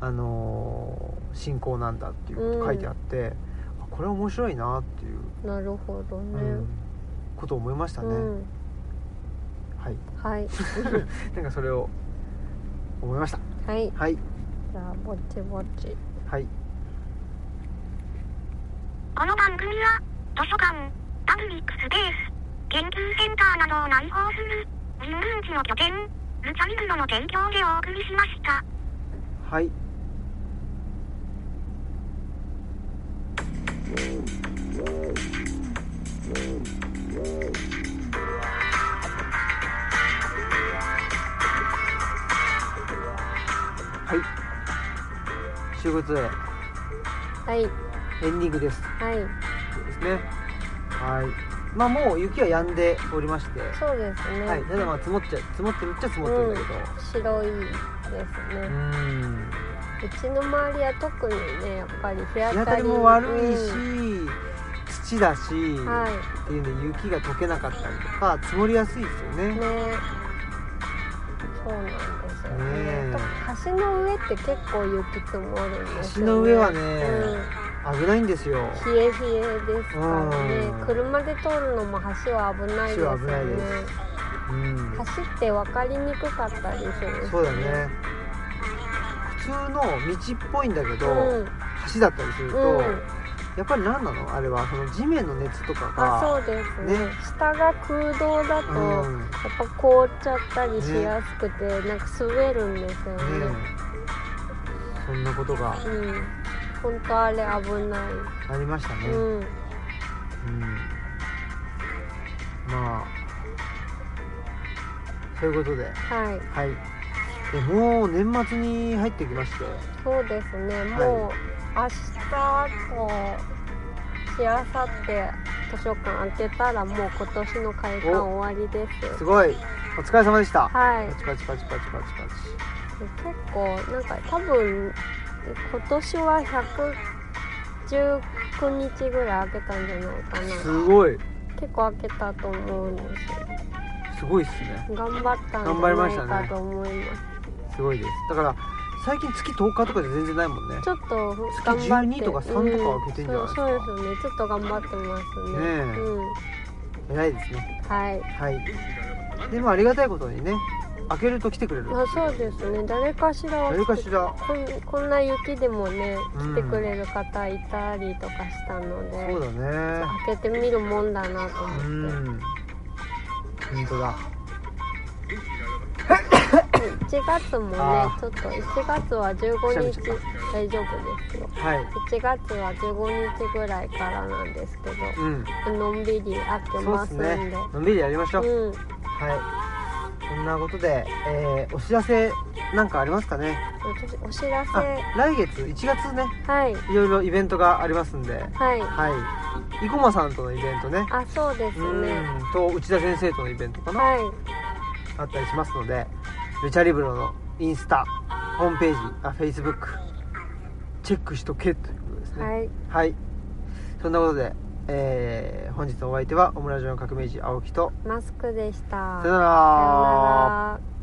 S1: あのー信仰なんだっていうこと書いてあって、あこれ面白いなっていう、
S2: なるほど
S1: う
S2: ね、
S1: んことを思いました
S2: う
S1: ね、
S2: ん、
S1: はい [laughs]
S2: はい
S1: なんかそれを思いました
S2: はい
S1: はい
S2: じゃあぼちぼち
S1: はい
S3: この番組は、図書館、パブリックスペース、研究センターなどを内包する、人文地の拠点、ルチャリブロの提供でお送りしました。
S1: はいはい週末
S2: はい
S1: エンディングです
S2: はい
S1: ですねはいまあもう雪は止んでおりまして
S2: そうですね、
S1: はいただまあ積もっちゃ積もってるっちゃ積もってるんだけど
S2: 白いです
S1: う
S2: ね、
S1: ん
S2: うちの周りは特にねやっぱり日
S1: 日
S2: 当
S1: 当
S2: た
S1: た
S2: り
S1: りも悪いし、
S2: うん
S1: 土だし、
S2: は
S1: っていうんで雪が溶けなかったりとか積もりやすいですよ
S2: い
S1: ね
S2: ねそうなんですよね
S1: ねえ
S2: 橋の上って結構雪積もるんです
S1: 橋
S2: よ、ね、
S1: の上はね
S2: うん
S1: 危ないんですよ
S2: 冷え冷えですから
S1: う
S2: ね
S1: ん
S2: 車で通るのも橋は危ないです
S1: 橋
S2: よ
S1: は危ない
S2: ね
S1: でうん
S2: 橋って分かりにくかったりするし
S1: そうだね普通の道っぽいんだけ
S2: う
S1: ど、
S2: ん
S1: 橋だったりすると、
S2: うん
S1: やっぱり何なのあれはその地面の熱とかが
S2: あそうですね
S1: ね
S2: 下が空洞だと、やっ
S1: んね
S2: ぱ凍っちゃったりしやすくて、なんか滑るんですよね
S1: えそんなことが
S2: うん本当あれ危ない、
S1: ありましたね、
S2: うん
S1: うんまあそういうことで
S2: はい
S1: はいでもう年末に入ってきまして
S2: そうですねもう明日としあさって図書館開けたらもう今年の開館終わりです
S1: すごいお疲れ様でした、
S2: はい
S1: パチパチパチパチパチパチ
S2: 結構なんか多分今年は119日ぐらい開けたんじゃないかな
S1: すごい
S2: 結構開けたと思うんです
S1: すごいっすね
S2: よ頑張ったん
S1: 頑張りまし
S2: じゃ
S1: た
S2: ないか
S1: ね
S2: と思います
S1: すごいですだから最近月10日とかで全然ないもんねね
S2: ちょっと
S1: 月
S2: 頑張って
S1: 12とか3とか開けてんじゃない
S2: うん
S1: ですか
S2: そうそうですよねちょっと頑張ってますね
S1: ねえ
S2: うん
S1: 偉いですね
S2: はい
S1: はいでもありがたいことにね開けると来てくれる
S2: あそうですね誰かしらは
S1: 誰かしら
S2: こんこんな雪でもね
S1: うん
S2: 来てくれる方いたりとかしたので、
S1: そうだね
S2: 開けてみるもんだなと思って、
S1: うん本当だ
S2: 1月もね
S1: あー
S2: ちょっと1月は15日大丈夫ですよ
S1: はい
S2: 1月は15日ぐらいからなんですけど
S1: うん
S2: のんびり開け
S1: そう
S2: ま
S1: ですす
S2: んで
S1: ねのんびりやりましょう、
S2: う
S1: は
S2: ん
S1: いそんなことで、えーお知らせなんかありますかね
S2: 私お知らせ
S1: あ来月1月ね
S2: はい
S1: いろいろイベントがありますんで
S2: はい
S1: はい生駒さんとのイベントね
S2: あそうです
S1: う
S2: ね
S1: んと内田先生とのイベントかな
S2: はい
S1: あったりしますのでルチャリブロのインスタホームページあフェイスブックチェックしとけということですね
S2: はい
S1: はいそんなことで、えー本日のお相手はオムラジオの革命児青木と
S2: マスクでした
S1: さよ
S2: さようなら